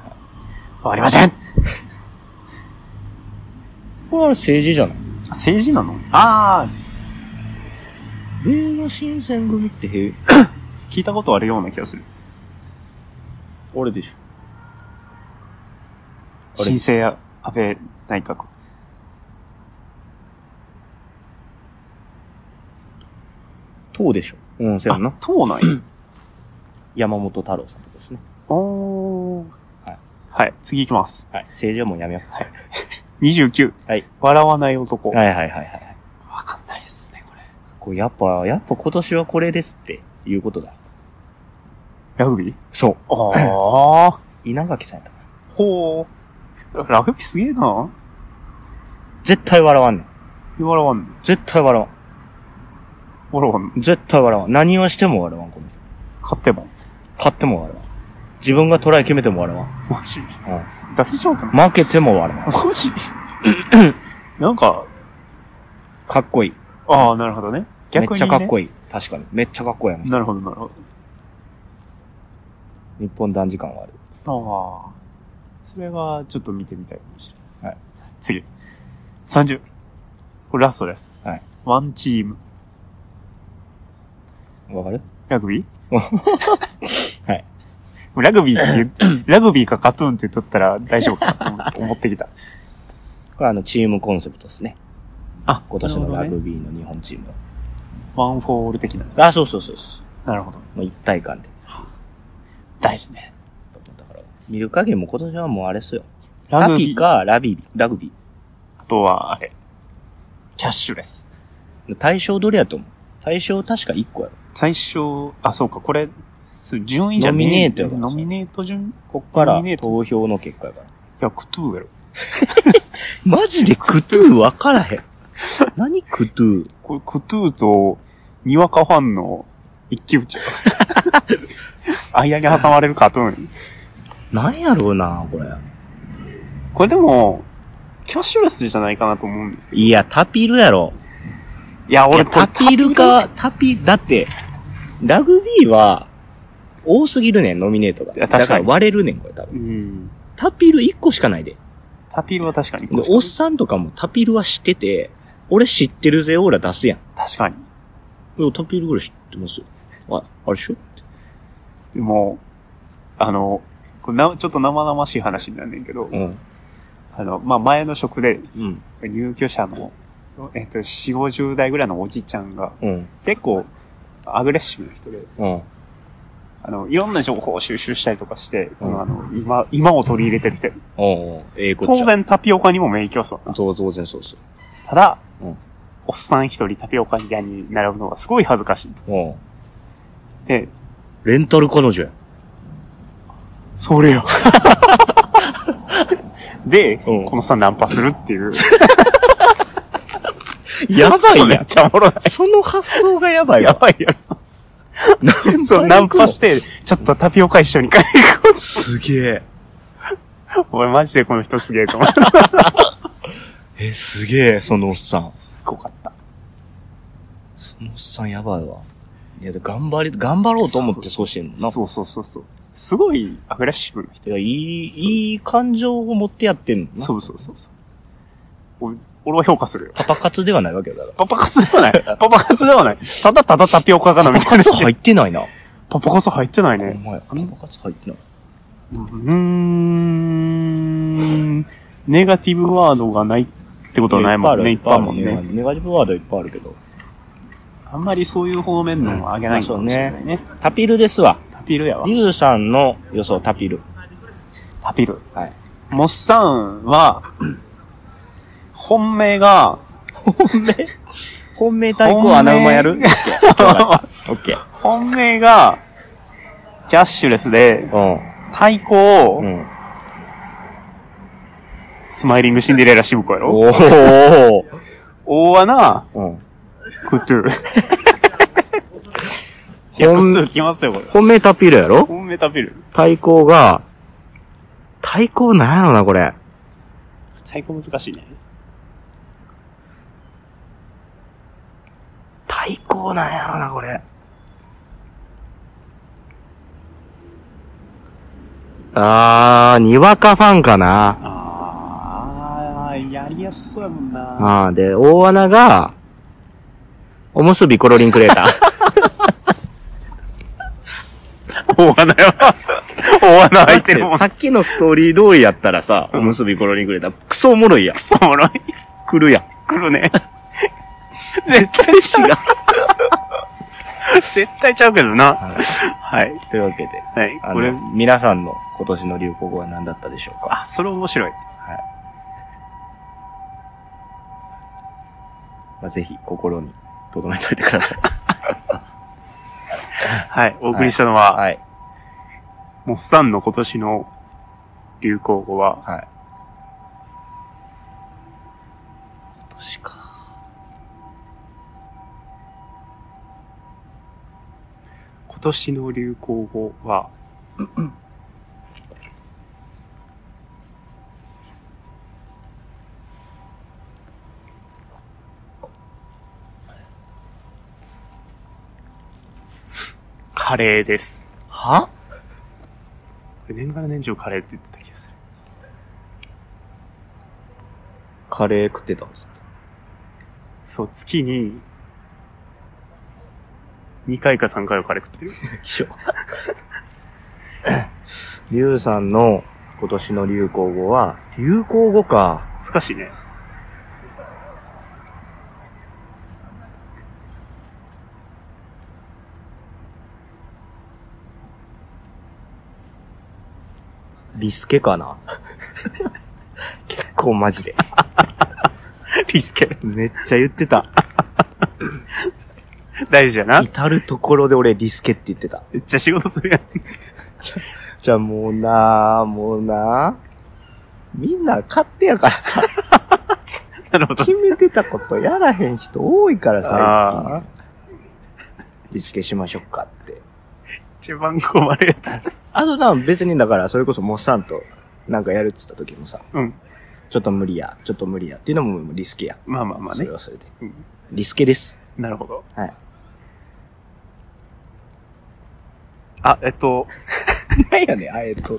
Speaker 1: 終わりません
Speaker 2: い。これは政治じゃない
Speaker 1: 政治なのあ
Speaker 2: 令和新選組ってへ、
Speaker 1: あ、聞いたことあるような気がする。
Speaker 2: 俺でしょ。あれ
Speaker 1: 新生安倍内閣。
Speaker 2: 党でしょ。うん、せやんな
Speaker 1: あ。、党
Speaker 2: (clears throat)
Speaker 1: 内
Speaker 2: 山本太郎さんとかですね。
Speaker 1: おー。
Speaker 2: はい。
Speaker 1: はい。次行きます。
Speaker 2: はい。政治はもうやめよ
Speaker 1: 29。
Speaker 2: はい。
Speaker 1: 笑わない男。
Speaker 2: う。はいはいはいはいはい。
Speaker 1: わかんないっすね、これ。
Speaker 2: こうやっぱ、やっぱ今年はこれですっていうことだ。
Speaker 1: ラグビー
Speaker 2: そう。
Speaker 1: ああ。
Speaker 2: 稲垣さんやったかな
Speaker 1: ほう。ラグビーすげえな。
Speaker 2: 絶対笑わんねん。
Speaker 1: 笑わんの。
Speaker 2: 絶対笑わん。
Speaker 1: 笑わんの。
Speaker 2: 絶対笑わん。何をしても笑わん、この人。
Speaker 1: 勝っても。
Speaker 2: 勝っても笑わん。自分がトライ決めても笑わん。
Speaker 1: マジ大丈夫
Speaker 2: うん。負けても笑わん。
Speaker 1: マ
Speaker 2: (laughs)
Speaker 1: ジなんか、
Speaker 2: かっこいい。
Speaker 1: ああ、なるほどね。
Speaker 2: めっ
Speaker 1: 逆に、
Speaker 2: ち
Speaker 1: ね。
Speaker 2: ゃかっ
Speaker 1: い
Speaker 2: こいい。確かに。めっちゃかっこいいやな。
Speaker 1: なるほど、なるほ
Speaker 2: 日本男児感はある。
Speaker 1: ど。ああ。それは、ちょっと見てみたいかもしれない。
Speaker 2: はい。
Speaker 1: 次。30。これラストです。
Speaker 2: はい。
Speaker 1: ワンチーム。
Speaker 2: わかる
Speaker 1: ラグビー
Speaker 2: (laughs) はい。
Speaker 1: ラグビーって
Speaker 2: (laughs)
Speaker 1: 言う、ラグビーかカトゥーンって言っとったら大丈夫かなと思ってきた。
Speaker 2: これあの、チームコンセプトですね。
Speaker 1: あ、
Speaker 2: 今年の
Speaker 1: な
Speaker 2: ラ
Speaker 1: るほど
Speaker 2: グ
Speaker 1: ね。
Speaker 2: ビーの日本チームは。
Speaker 1: ワンフォーオール的な。
Speaker 2: あ、そうそうそうそう。
Speaker 1: なるほど。
Speaker 2: もう一体感で。
Speaker 1: 大事ね。
Speaker 2: だから、見る限りもう今年はもうあれっすよ。
Speaker 1: ラ
Speaker 2: ラ
Speaker 1: グ
Speaker 2: グ
Speaker 1: ビ
Speaker 2: ビ
Speaker 1: ー
Speaker 2: ー。か、ラビー、ラグビ
Speaker 1: あとは、あれ。キャッシュレス。
Speaker 2: ー。対象どれやと思う対象確か1個やろ。
Speaker 1: 対象、あ、そうか、これ、す順位じゃ
Speaker 2: ノ
Speaker 1: ねえ
Speaker 2: ミネートやから
Speaker 1: ノミネート順
Speaker 2: こっか
Speaker 1: ノ
Speaker 2: ら
Speaker 1: ミネート
Speaker 2: 投票の結果やから。
Speaker 1: いや、クトゥーやろ。
Speaker 2: マジでクトゥー分からへん。 (laughs) 何クトゥー
Speaker 1: これ、クトゥーと、にわかファンの一騎打ち
Speaker 2: (laughs)
Speaker 1: やろ。間に挟まれるカトゥーン。
Speaker 2: なんやろうな、これ。
Speaker 1: これでも、キャッシュレスじゃないかなと思うんですけど。
Speaker 2: いや、タピルやろ。
Speaker 1: いや、
Speaker 2: いや
Speaker 1: 俺、これ
Speaker 2: タピル。か、タピ、だって、ラグビーは、多すぎるねん、ノミネートが。
Speaker 1: いや確かに
Speaker 2: だから割れるねん、これ多分。
Speaker 1: うん。
Speaker 2: タピル1個しかないで。
Speaker 1: タピルは確かに。
Speaker 2: でおっさんとかもタピルは知ってて、俺知ってるぜ、オーラ出すやん。
Speaker 1: 確かに。
Speaker 2: でもタピルぐらい知ってますよ。あ、あれでしょ
Speaker 1: でも、あの、これなちょっと生々しい話になんねんけど、
Speaker 2: うん。
Speaker 1: あの、まあ、前の職で、
Speaker 2: うん。
Speaker 1: 入居者の、えっと、4、50代ぐらいのおじちゃんが、
Speaker 2: うん。
Speaker 1: 結構、アグレッシブな人で、
Speaker 2: うん。
Speaker 1: あの、いろんな情報を収集したりとかして、こ
Speaker 2: うん
Speaker 1: のあの、今、今を取り入れてる人や。
Speaker 2: おうええこっち
Speaker 1: 当
Speaker 2: ゃ。
Speaker 1: 然タピオカにも免疫はそうな。
Speaker 2: 当当然そうそう。
Speaker 1: ただ、
Speaker 2: うん
Speaker 1: おっさん一人タピオカ屋に並ぶのがすごい恥ずかしいと。
Speaker 2: おう
Speaker 1: で、
Speaker 2: レンタル彼女や。
Speaker 1: それ
Speaker 2: (laughs)
Speaker 1: よ。で、
Speaker 2: うん
Speaker 1: このさ、ナンパするっていう。
Speaker 2: (laughs) やばい
Speaker 1: め
Speaker 2: や
Speaker 1: っちゃおもろな
Speaker 2: その発想がやば
Speaker 1: い。
Speaker 2: い
Speaker 1: や
Speaker 2: わ。
Speaker 1: ばいや
Speaker 2: ナ
Speaker 1: ろ。
Speaker 2: ン
Speaker 1: そう、ナンパして、ちょっとタピオカ一緒に買いに行こ
Speaker 2: すげえ。
Speaker 1: う。俺マジでこの人すげえと思
Speaker 2: (laughs)
Speaker 1: った。
Speaker 2: え、すげえ、そのおっさん。
Speaker 1: すごかった。
Speaker 2: そのおっさんやばいわ。いや、で頑張り、頑張ろうと思ってそうしてんのな。
Speaker 1: そうそうそうそう。すごいアグレッシブな人。
Speaker 2: いや、いい、いい感情を持ってやってんのな。
Speaker 1: そうそうそうそう。俺俺は評価するよ。
Speaker 2: パパ活ではないわけ (laughs) よ、だから。
Speaker 1: パパ活では (laughs) ない。パパ活ではない。ただただタピオカがなみたいな。
Speaker 2: そう入ってないな。
Speaker 1: パパ活入ってない
Speaker 2: お
Speaker 1: ね。
Speaker 2: 前、パパ活入ってないう
Speaker 1: ーん。ネガティブワードがないってことはないもんね。いっぱいあるもん
Speaker 2: いっぱいあ
Speaker 1: ね。
Speaker 2: るネガティブワードいっぱいあるけど。
Speaker 1: あんまりそういう方面のも上げないかもしれないね。
Speaker 2: タピルですわ。
Speaker 1: タピルやわ。
Speaker 2: リュウさんの予想タピル。
Speaker 1: タピル。
Speaker 2: はい。
Speaker 1: モッサンは、本命が、
Speaker 2: 本命本命対抗穴馬やるオ
Speaker 1: 本
Speaker 2: ッ
Speaker 1: (laughs) 命
Speaker 2: ケー。オッケ
Speaker 1: 本命が、キャッシュレスで、
Speaker 2: ー。
Speaker 1: 対抗、
Speaker 2: うん。うん。
Speaker 1: スマイリングシンデレラ渋子やろ
Speaker 2: おー。
Speaker 1: 大穴、
Speaker 2: うん。
Speaker 1: クトゥ。いや、クトゥ来ますよ、これ。
Speaker 2: 本命タピルやろ
Speaker 1: 本命タピル。
Speaker 2: 対抗が、対抗なんやろな、これ。
Speaker 1: 太鼓難しいね。
Speaker 2: 対抗なんやろな、これ。あー、にわかファンかな。
Speaker 1: あー、やりやすそうやもんな。
Speaker 2: あー、で、大穴が、おむすびコロリンクレーター。
Speaker 1: 大穴やわ。 (laughs) 大穴開いてる
Speaker 2: だ
Speaker 1: も
Speaker 2: っ
Speaker 1: ん。
Speaker 2: (laughs) さっきのストーリー通りやったらさ、おむすびコロリンクレーター、クソおもろいやん。
Speaker 1: そうおもろい。
Speaker 2: 来るやん。
Speaker 1: 来るね。 (laughs) 絶対違
Speaker 2: 違う。
Speaker 1: う。絶対ちゃうけどな。はい。
Speaker 2: というわけで、
Speaker 1: はい。
Speaker 2: あ
Speaker 1: これ
Speaker 2: の、、皆さんの今年の流行語は何だったでしょうか
Speaker 1: あ、それ面白い。
Speaker 2: まあ、ぜひ心に留めといてください。
Speaker 1: はい。お送りしたのは、
Speaker 2: はい。
Speaker 1: モッサンの今年の流行語は、
Speaker 2: はい。今年か。
Speaker 1: 今年の流行語は、カレーです。
Speaker 2: は
Speaker 1: これ年がら年中カレーって言ってた気がする。
Speaker 2: カレー食ってたんですか
Speaker 1: そう、月に、2回か3回はカレー食ってる。
Speaker 2: 一緒。 (laughs) リュウさんの今年の流行語は、流行語か。
Speaker 1: 難しいね。
Speaker 2: リスケかな (laughs) 結構マジで。
Speaker 1: リスケ。
Speaker 2: めっちゃ言ってた。
Speaker 1: 大事やな。
Speaker 2: 至るところで俺リスケって言ってた。
Speaker 1: めっちゃ仕事するやん。
Speaker 2: じゃあもうなぁ、もうなぁ。みんな勝手やから (laughs) さ、
Speaker 1: なるほど
Speaker 2: 決。めてたことやらへん人多いから
Speaker 1: あ
Speaker 2: 最
Speaker 1: あ
Speaker 2: 近。リスケしましょうかって。
Speaker 1: 一番困るやつ。
Speaker 2: あとな、別にだから、それこそモッサンとなんかやるっつった時もさ、
Speaker 1: うん。
Speaker 2: ちょっと無理や、ちょっと無理やっていうのもリスケや。
Speaker 1: まあまあまあ
Speaker 2: そ
Speaker 1: ね
Speaker 2: れ。はそれで。
Speaker 1: うん
Speaker 2: リスケです。
Speaker 1: なるほど。
Speaker 2: はい。
Speaker 1: あ、えっと、
Speaker 2: なんやねん、あえっと。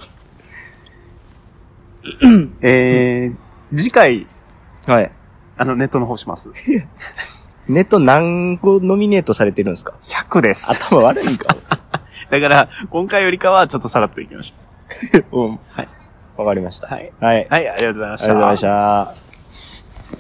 Speaker 1: えー、次回、
Speaker 2: はい。
Speaker 1: あの、ネットの方します。
Speaker 2: ネット何個ノミネートされてるんですか
Speaker 1: 100です。
Speaker 2: 頭悪いんか
Speaker 1: だから、今回よりかは、ちょっと下がっていきましょ (laughs)
Speaker 2: うん。
Speaker 1: はい。
Speaker 2: わかりま
Speaker 1: う。
Speaker 2: した。
Speaker 1: はい。
Speaker 2: はい。あり
Speaker 1: はい、ありがとうございま
Speaker 2: がとうございました。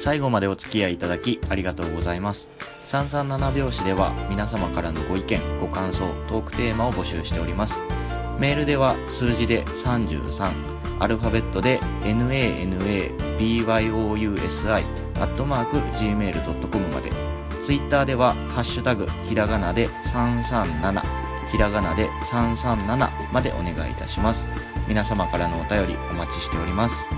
Speaker 3: 最後までお付き合いいただきありがとうございます。337拍子では皆様からのご意見、ご感想、トークテーマを募集しております。メールでは数字で33、アルファベットで nanabyousi、アットマーク gmail.com まで。ツイッターでは、ハッシュタグ、ひらがなで337、ひらがなで337までお願いいたします。皆様からのお便りお待ちしております。